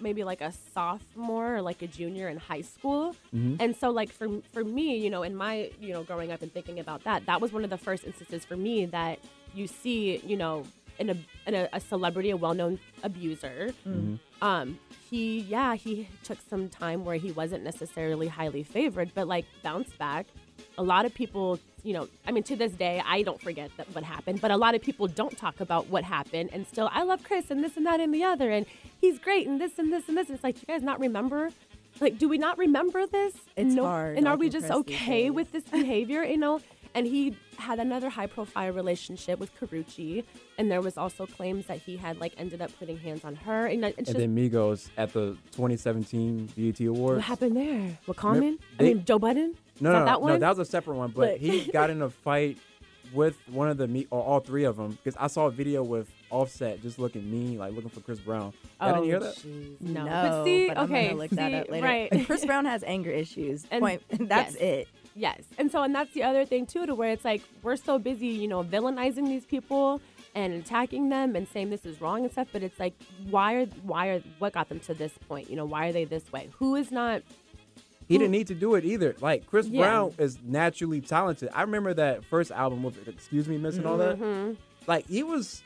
maybe like a sophomore or like a junior in high school,
Mhm.
and so like for for me, you know, in my you know growing up and thinking about that, that was one of the first instances for me that you see, you know, in a in a, a celebrity, a well known abuser.
Mhm.
Um, he yeah, he took some time where he wasn't necessarily highly favored, but like bounced back a lot of people, you know, I mean, to this day, I don't forget that what happened, but a lot of people don't talk about what happened. And still, I love Chris and this and that and the other, and he's great and this and this and this. And it's like, you guys not remember? Like, do we not remember this?
It's hard
And are
on
we
your
just
press these
okay with this behavior, you know? And he had another high profile relationship with Karuchi, and there was also claims that he had like ended up putting hands on her. And it's
and
just,
then Migos at the 2017 BET E Awards.
what happened there? Wakaman? I
they-
mean, Joe Budden?
No,
Is that
no,
that
no,
one?
that was a separate one.
Look.
But he got in a fight with one of the me or all three of them because I saw a video with Offset just looking mean, like looking for Chris Brown.
Oh,
I didn't hear that.
jeez,
No.
No,
But see,
but I'm gonna
okay,
look that
see,
up later.
right.
Chris Brown has anger issues. Point. That's
yes.
it.
Yes. And so, and that's the other thing too, to where it's like we're so busy, you know, villainizing these people and attacking them and saying this is wrong and stuff. But it's like, why are, why are, what got them to this point? You know, why are they this way? Who is not,
He didn't need to do it either. Like Chris
Yeah.
Brown is naturally talented. I remember that first album with "Excuse Me, Miss" and all that.
Mhm.
Like he was,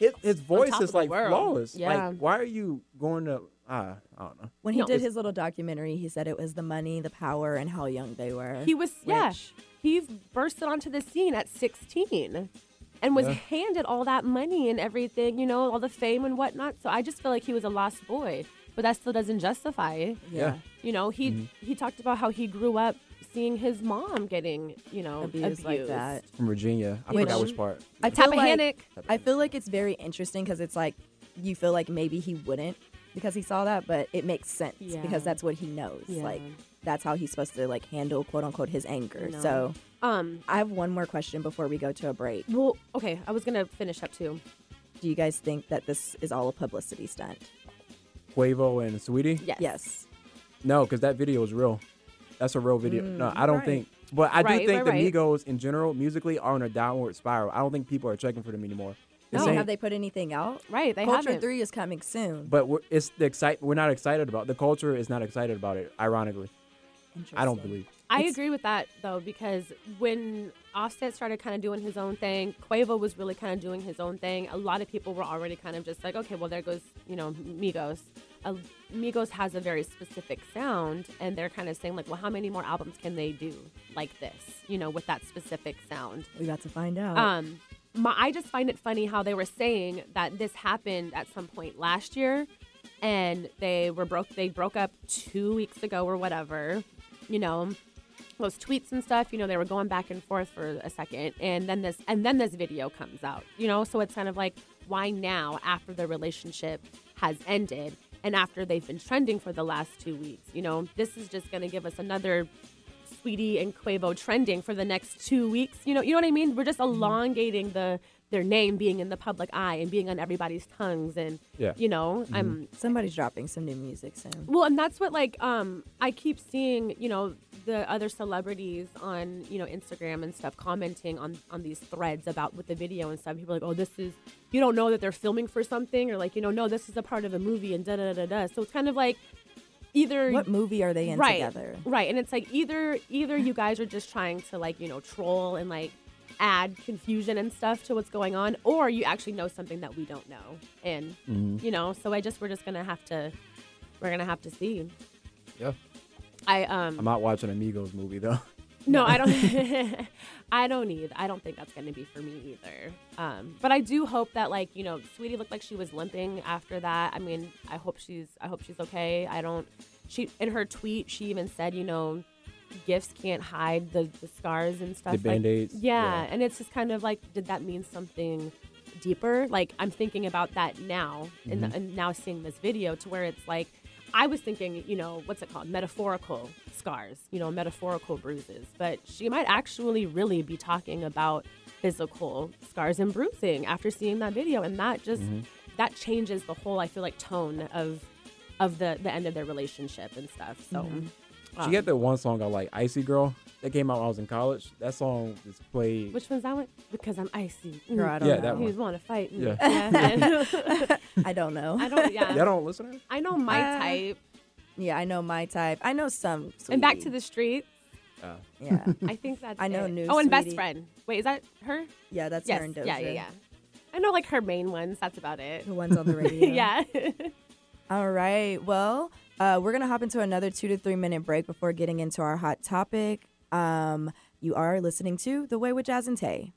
his, his voice
top of
is
the
like
world.
flawless.
Yeah.
Like why are you going to? Ah, I don't know.
When he
No.
did
It's-
his little documentary, he said it was the money, the power, and how young they were.
he was, yeah,
which-
he bursted onto the scene at 16 and was
Yeah.
handed all that money and everything, you know, all the fame and whatnot. So I just feel like he was a lost boy, but that still doesn't justify.
Yeah.
You know, he
Mhm.
he talked about how he grew up seeing his mom getting, you know, abused.
Abused like that.
from Virginia. I
Which-
forgot which part.
I feel like,
Tappahannock.
I feel like it's very interesting because it's like you feel like maybe he wouldn't because he saw that, but it makes sense
Yeah.
because that's what he knows.
Yeah.
Like that's how he's supposed to like handle quote unquote his anger.
No.
So
Um,
I have one more question before we go to a break.
Well, okay, I was gonna finish up too.
Do you guys think that this is all a publicity stunt?
Quavo and Sweetie.
Yes.
Yes.
No, because that video is real. That's a real video.
Mm,
no, I don't
right.
think. But I
Right,
do
right,
think the
right.
Migos in general, musically, are on a downward spiral. I don't think people are checking for them anymore. It's
No.
saying-
Have they put anything out?
Right. They
Culture
haven't.
three is coming soon.
but we're, it's the excite. We're not excited about the culture. Is not excited about it. Ironically, I don't believe.
I
It's-
agree with that though because when Offset started kind of doing his own thing, Quavo was really kind of doing his own thing. A lot of people were already kind of just like, okay, well there goes you know Migos. Uh, Migos has a very specific sound, and they're kind of saying like, well, how many more albums can they do like this? You know, with that specific sound.
We got to find out.
Um, my, I just find it funny how they were saying that this happened at some point last year, and they were broke. They broke up two weeks ago or whatever. You know, those tweets and stuff. You know, they were going back and forth for a second, and then this, and then this video comes out. You know, so it's kind of like, why now after the relationship has ended? And after they've been trending for the last two weeks, you know, this is just going to give us another Sweetie and Quavo trending for the next two weeks. You know, you know what I mean? We're just elongating the their name being in the public eye and being on everybody's tongues and
Yeah.
you know, I'm
somebody's dropping some new music soon.
well, and that's what like um I keep seeing, you know, the other celebrities on, you know, Instagram and stuff commenting on on these threads about with the video and stuff. People are like, "Oh, this is you don't know that they're filming for something," or like, you know, "No, this is a part of a movie," and da da da da. da. So it's kind of like either
What movie are they in
right,
together?
Right, and it's like either either you guys are just trying to like you know troll and like add confusion and stuff to what's going on, or you actually know something that we don't know, and
Mhm.
you know. So I just we're just gonna have to we're gonna have to see.
Yeah.
I um
I'm not watching a Migos movie though.
no, I don't. I don't either. I don't think that's going to be for me either. Um, but I do hope that, like, you know, Sweetie looked like she was limping after that. I mean, I hope she's. I hope she's okay. I don't. She in her tweet, she even said, you know, gifts can't hide the, the scars and stuff. like-
Band-Aids,
yeah, and it's just kind of like, did that mean something deeper? Like, I'm thinking about that now, and,
Mm-hmm.
Mhm.
and now seeing this video to where it's like. I was thinking, you know, what's it called? Metaphorical scars, you know, metaphorical bruises. But she might actually really be talking about physical scars and bruising after seeing that video. And that just
Mm-hmm.
Mhm.
that changes the whole, I feel like, tone of of the the end of their relationship and stuff. So
Mhm.
um,
She had that one song I like, "Icy Girl," that came out when I was in college. That song is played.
which one's that one? Because I'm icy.
Mm.
Girl, I don't Yeah, know. that one.
Who's want to fight? me.
Yeah.
I don't know.
I don't. Yeah.
Y'all don't listen to her?
I know my
Uh,
type.
Yeah, I know my type. I know some.
And back
Sweetie.
to the street.
Uh,
Yeah.
I think that's.
I know
it.
new
Oh, and best
Sweetie.
friend. Wait, is that her?
Yeah, that's
yes.
her and
Yeah, yeah,
Doja.
yeah. I know like her main ones. That's about it.
The ones on the radio.
yeah.
All right. Well, uh, we're gonna hop into another two to three minute break before getting into our hot topic. Um, you are listening to The Way with Jazz and Tay.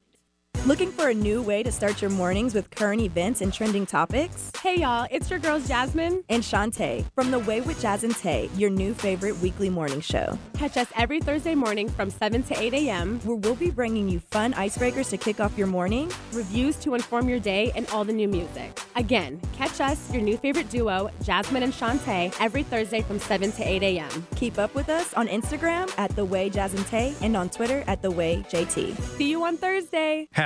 Looking for a new way to start your mornings with current events and trending topics?
Hey y'all, it's your girls Jasmine
and Shantae from The Way with Jazz and Tay, your new favorite weekly morning show.
Catch us every Thursday morning from 7 to 8 a.m.,
where we'll be bringing you fun icebreakers to kick off your morning,
reviews to inform your day, and all the new music. Again, catch us, your new favorite duo, Jasmine and Shantae, every Thursday from 7 to 8 a.m.
Keep up with us on Instagram at The Way Jazz and Tay and on Twitter at The Way JT.
See you on Thursday.
Have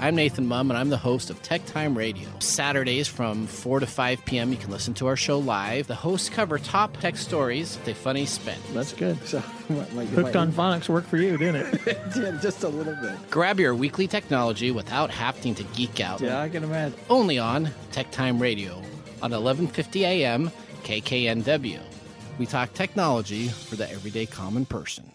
I'm Nathan Mum, and I'm the host of Tech Time Radio. Saturdays from 4 to 5 p.m., you can listen to our show live. The hosts cover top tech stories with a funny spin.
That's good. So, what, like,
Hooked
like,
on
phonics worked for you, didn't it? did, just a little bit.
Grab your weekly technology without having to geek out.
Yeah, I can imagine.
Only on Tech Time Radio on 11:50 a.m. KKNW. We talk technology for the everyday common person.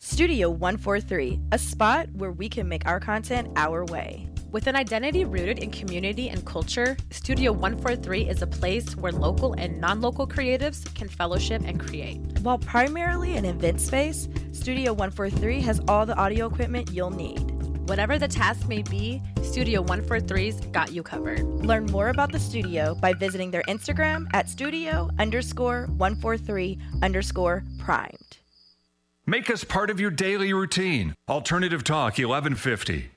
Studio 143, a spot where we can make our content our way.
With an identity rooted in community and culture, Studio 143 is a place where local and non local creatives can fellowship and create.
While primarily an event space, Studio 143 has all the audio equipment you'll need.
Whatever the task may be, Studio 143's got you covered.
Learn more about the studio by visiting their Instagram at studio underscore 143 underscore primed.
Make us part of your daily routine. Alternative Talk 1150.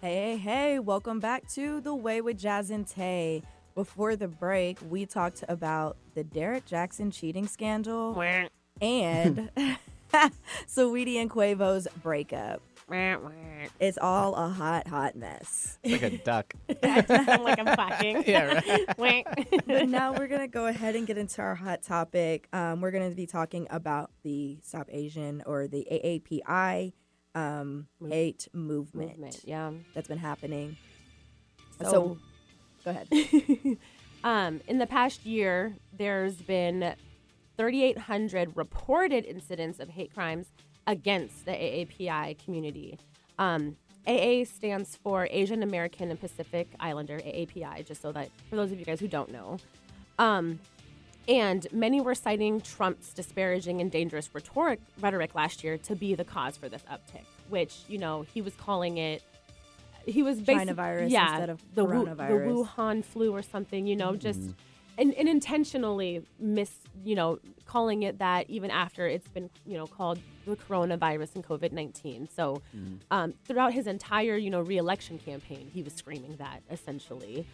Hey, hey, hey, welcome back to The Way with Jazz and Tay. Before the break, we talked about the Derek Jackson cheating scandal and Saweetie and Quavo's breakup. It's all a hot, hot mess.
Like a duck.
I'm like, I'm quacking.
Yeah,
right.
but now we're gonna go ahead and get into our hot topic. Um, we're gonna be talking about the Stop Asian or the AAPI um, hate movement.
yeah,
that's been happening. So,
So-
go ahead.
Um, in the past year, there's been 3,800 reported incidents of hate crimes against the AAPI community. Um, AA stands for Asian American and Pacific Islander, AAPI, just so that for those of you guys who don't know. Um, and many were citing Trump's disparaging and dangerous rhetoric, rhetoric last year to be the cause for this uptick, which, you know, he was calling it he was
China
basically
virus
yeah,
instead of
the Wu-
coronavirus. Mm-hmm.
the Wuhan flu or something, you know, just and, and intentionally miss, you know, calling it that even after it's been, you know, called the coronavirus and COVID nineteen. So,
Mm-hmm.
um, throughout his entire, you know, reelection campaign, he was screaming that essentially.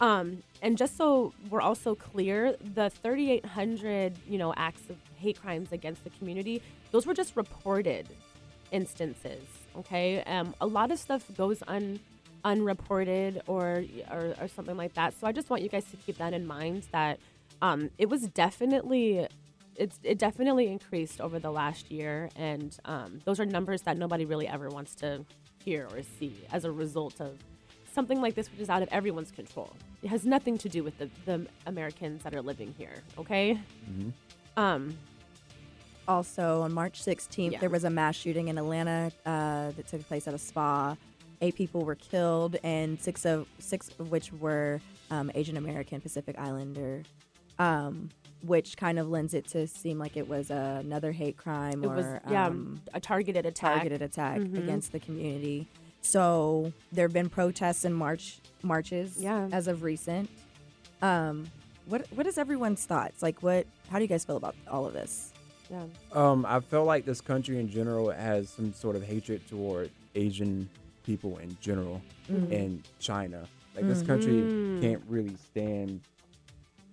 Um, and just so we're also clear, the 3,800, you know, acts of hate crimes against the community, those were just reported instances. Okay, um, a lot of stuff goes un unreported or, or or something like that. So I just want you guys to keep that in mind that um, it was definitely it's it definitely increased over the last year, and um, those are numbers that nobody really ever wants to hear or see as a result of something like this, which is out of everyone's control. It has nothing to do with the, the Americans that are living here. Okay. Um,
also on March 16th,
Yeah.
there was a mass shooting in Atlanta uh, that took place at a spa. Eight people were killed, and six of six of which were um, Asian American, Pacific Islander, um, which kind of lends it to seem like it was another hate crime
it
or
was yeah
um,
a targeted attack.
targeted attack
Mhm.
against the community. So there have been protests and march marches
Yeah.
as of recent. Um, what what is everyone's thoughts? Like, what? How do you guys feel about all of this?
Yeah.
Um, I feel like this country in general has some sort of hatred toward Asian people in general
Mhm.
and China. Like this country
Mhm.
can't really stand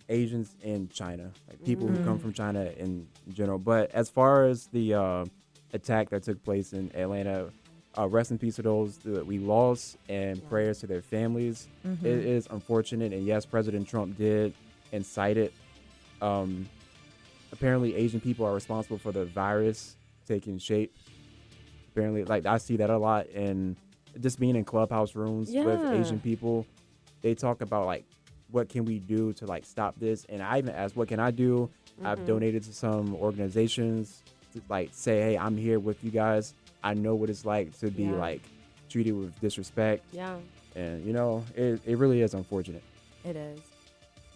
Asians in China, like people who come
Mhm.
from China in general. But as far as the uh, attack that took place in Atlanta, uh, rest in peace to those that we lost and prayers to their families.
Mhm.
It is unfortunate, and yes, President Trump did incite it. Um, apparently Asian people are responsible for the virus taking shape. Apparently, like I see that a lot in just being in clubhouse rooms with
Yeah.
Asian people. They talk about like what can we do to like stop this, and I even asked, what can I do? I've
Mhm.
donated to some organizations to like say, hey, I'm here with you guys. I know what it's like to be
Yeah.
like treated with disrespect,
Yeah.
and you know, it, it really is unfortunate.
It is.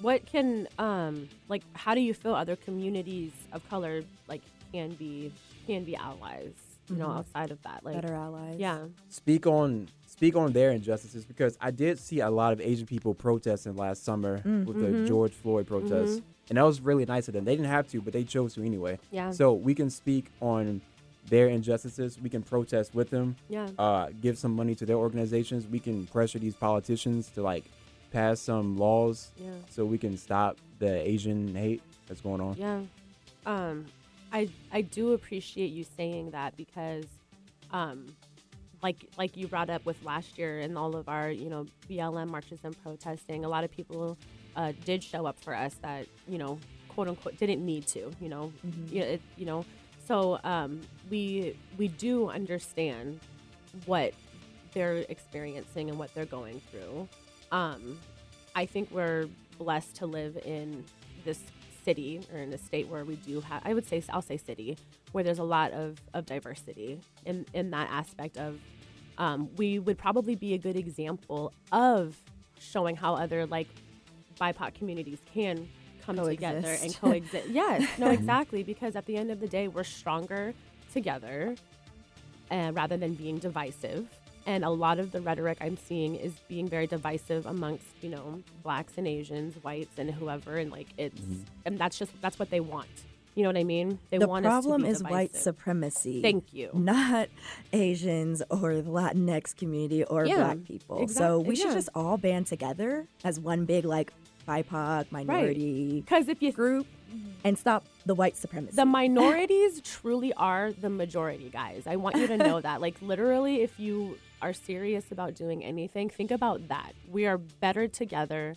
What can um like how do you feel other communities of color like can be can be allies, you know,
Mhm.
outside of that? Like
Better allies.
Yeah.
speak on speak on their injustices because I did see a lot of Asian people protesting last summer
Mm.
with the
Mhm.
George Floyd protest.
Mhm.
And that was really nice of them. They didn't have to, but they chose to anyway.
Yeah.
So we can speak on their injustices. We can protest with them.
Yeah.
Uh, give some money to their organizations. We can pressure these politicians to like pass some laws
Yeah.
so we can stop the Asian hate that's going on.
Yeah. Um, I I do appreciate you saying that because, um, like like you brought up with last year and all of our you know BLM marches and protesting, a lot of people uh, did show up for us that you know quote unquote didn't need to you know
Mhm.
you, it, you know so um, we we do understand what they're experiencing and what they're going through. Um, I think we're blessed to live in this city or in a state where we do have, I would say, I'll say city, where there's a lot of, of diversity in, in that aspect of um, we would probably be a good example of showing how other like BIPOC communities can come together and
Coexist.
coexist. yes, no,
Mhm.
exactly. Because at the end of the day, we're stronger together uh, rather than being divisive. And a lot of the rhetoric I'm seeing is being very divisive amongst, you know, blacks and Asians, whites and whoever. And like it's,
Mhm.
and that's just, that's what they want. You know what I mean? They
the
want
problem
us
is
to be
white
divisive.
supremacy.
Thank you.
Not Asians or the Latinx community or
Yeah,
black people. So
exact-
we should
yeah.
just all band together as one big like BIPOC minority
because if you
group
Mm-hmm.
and stop the white supremacy.
The minorities truly are the majority, guys. I want you to know that. Like, literally, if you are serious about doing anything, think about that. We are better together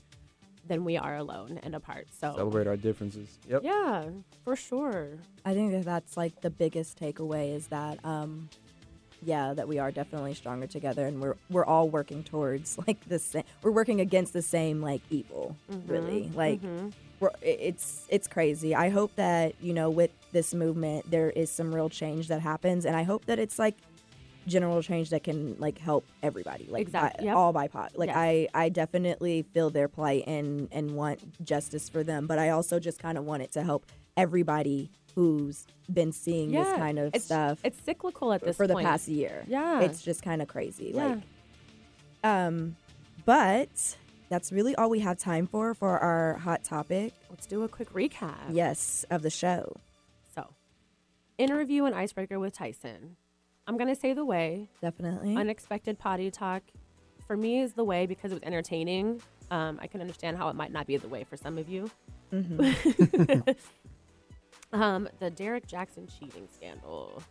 than we are alone and apart. So,
Celebrate our differences. Yep.
yeah, for sure.
I think that that's like the biggest takeaway is that um yeah, that we are definitely stronger together and we're we're all working towards like the same we're working against the same like evil,
Mm-hmm.
Mhm,
really. Like
mhm.
we're, i- it's it's crazy. I hope that, you know, with this movement there is some real change that happens and I hope that it's like general change that can like help everybody like
Exact-
I-
yep.
all BIPOC like
Yes.
I I definitely feel their plight and and want justice for them but I also just kind of want it to help everybody who's been seeing this kind of
it's,
stuff
It's cyclical at this
for
point.
the past year
Yeah.
it's just kind of crazy
Yeah.
like um but that's really all we have time for for our hot topic
let's do a quick recap
yes of the show
So, interview and icebreaker with Tyson. I'm going to say the way.
Definitely.
Unexpected potty talk for me is the way because it was entertaining. Um, I can understand how it might not be the way for some of you.
Mm-hmm.
Um, the Derek Jackson cheating scandal.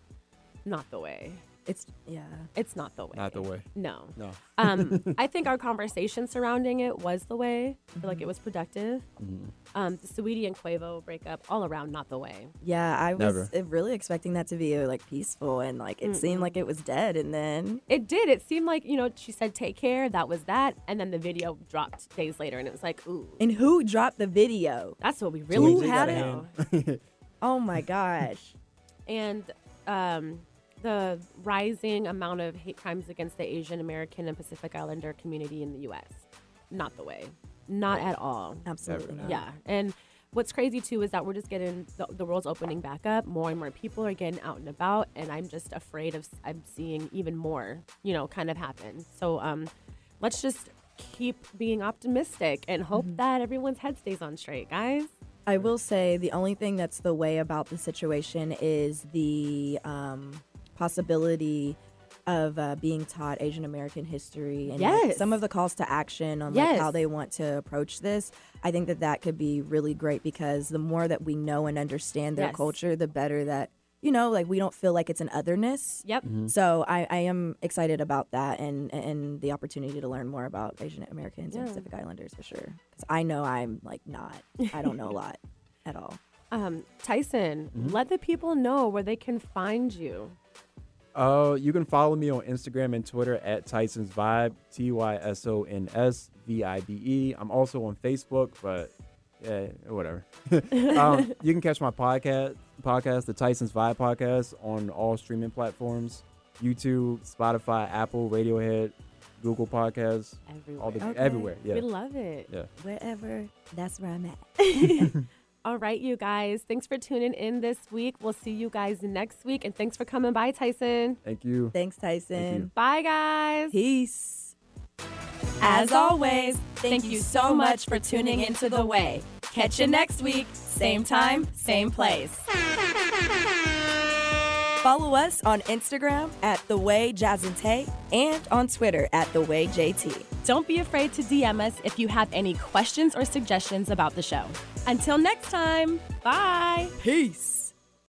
Not the way.
It's yeah.
It's not the way.
Not the way.
No.
No.
um, I think our conversation surrounding it was the way. I feel like it was productive.
Mhm.
Um, the Sweetie and Quavo breakup, all around, not the way.
yeah i was
Never.
uh, really expecting that to be uh, like peaceful and like it seemed
Mm-mm.
like it was dead and then
It did. It seemed like you know she said take care. That was that, and then the video dropped days later, and it was like ooh.
and who dropped the video
that's what we really
who
need to
had
know.
it oh my gosh
And um, the rising amount of hate crimes against the Asian American and Pacific Islander community in the U.S. Not the way. Not at all.
Absolutely not.
Yeah. And what's crazy too is that we're just getting the, the world's opening back up. More and more people are getting out and about, and I'm just afraid of s- I'm seeing even more, you know, kind of happen. So um, let's just keep being optimistic and hope
Mm-hmm.
that everyone's head stays on straight, guys.
I will say the only thing that's the way about the situation is the um, possibility of uh, being taught Asian American history and like,
Yes.
some of the calls to action on like,
Yes.
how they want to approach this. I think that that could be really great because the more that we know and understand their
Yes.
culture, the better that you know. Like we don't feel like it's an otherness.
Yep.
Mhm.
So I, I am excited about that and and the opportunity to learn more about Asian Americans and
Yeah.
Pacific Islanders for sure. Because I know I'm like not. I don't know a lot at all.
Um, Tyson,
Mm-hmm.
let the people know where they can find you.
Uh, you can follow me on Instagram and Twitter at Tyson's Vibe, T Y S O N S V I B E. I'm also on Facebook, but yeah, whatever. um, you can catch my podcast, podcast, the Tyson's Vibe podcast, on all streaming platforms: YouTube, Spotify, Apple, Radiohead, Google Podcasts, all the
Okay.
everywhere. Yeah,
We
love it.
Yeah.
Wherever, that's where I'm at.
All right, you guys. Thanks for tuning in this week. We'll see you guys next week. And thanks for coming by, Tyson.
Thank you.
Thanks, Tyson.
Bye, guys.
Peace. As always, thank you so much for tuning into The Way. Catch you next week, same time, same place. Follow us on Instagram at The Way Jazz and Tay and on Twitter at The Way JT.
Don't be afraid to DM us if you have any questions or suggestions about the show. Until next time, bye.
Peace.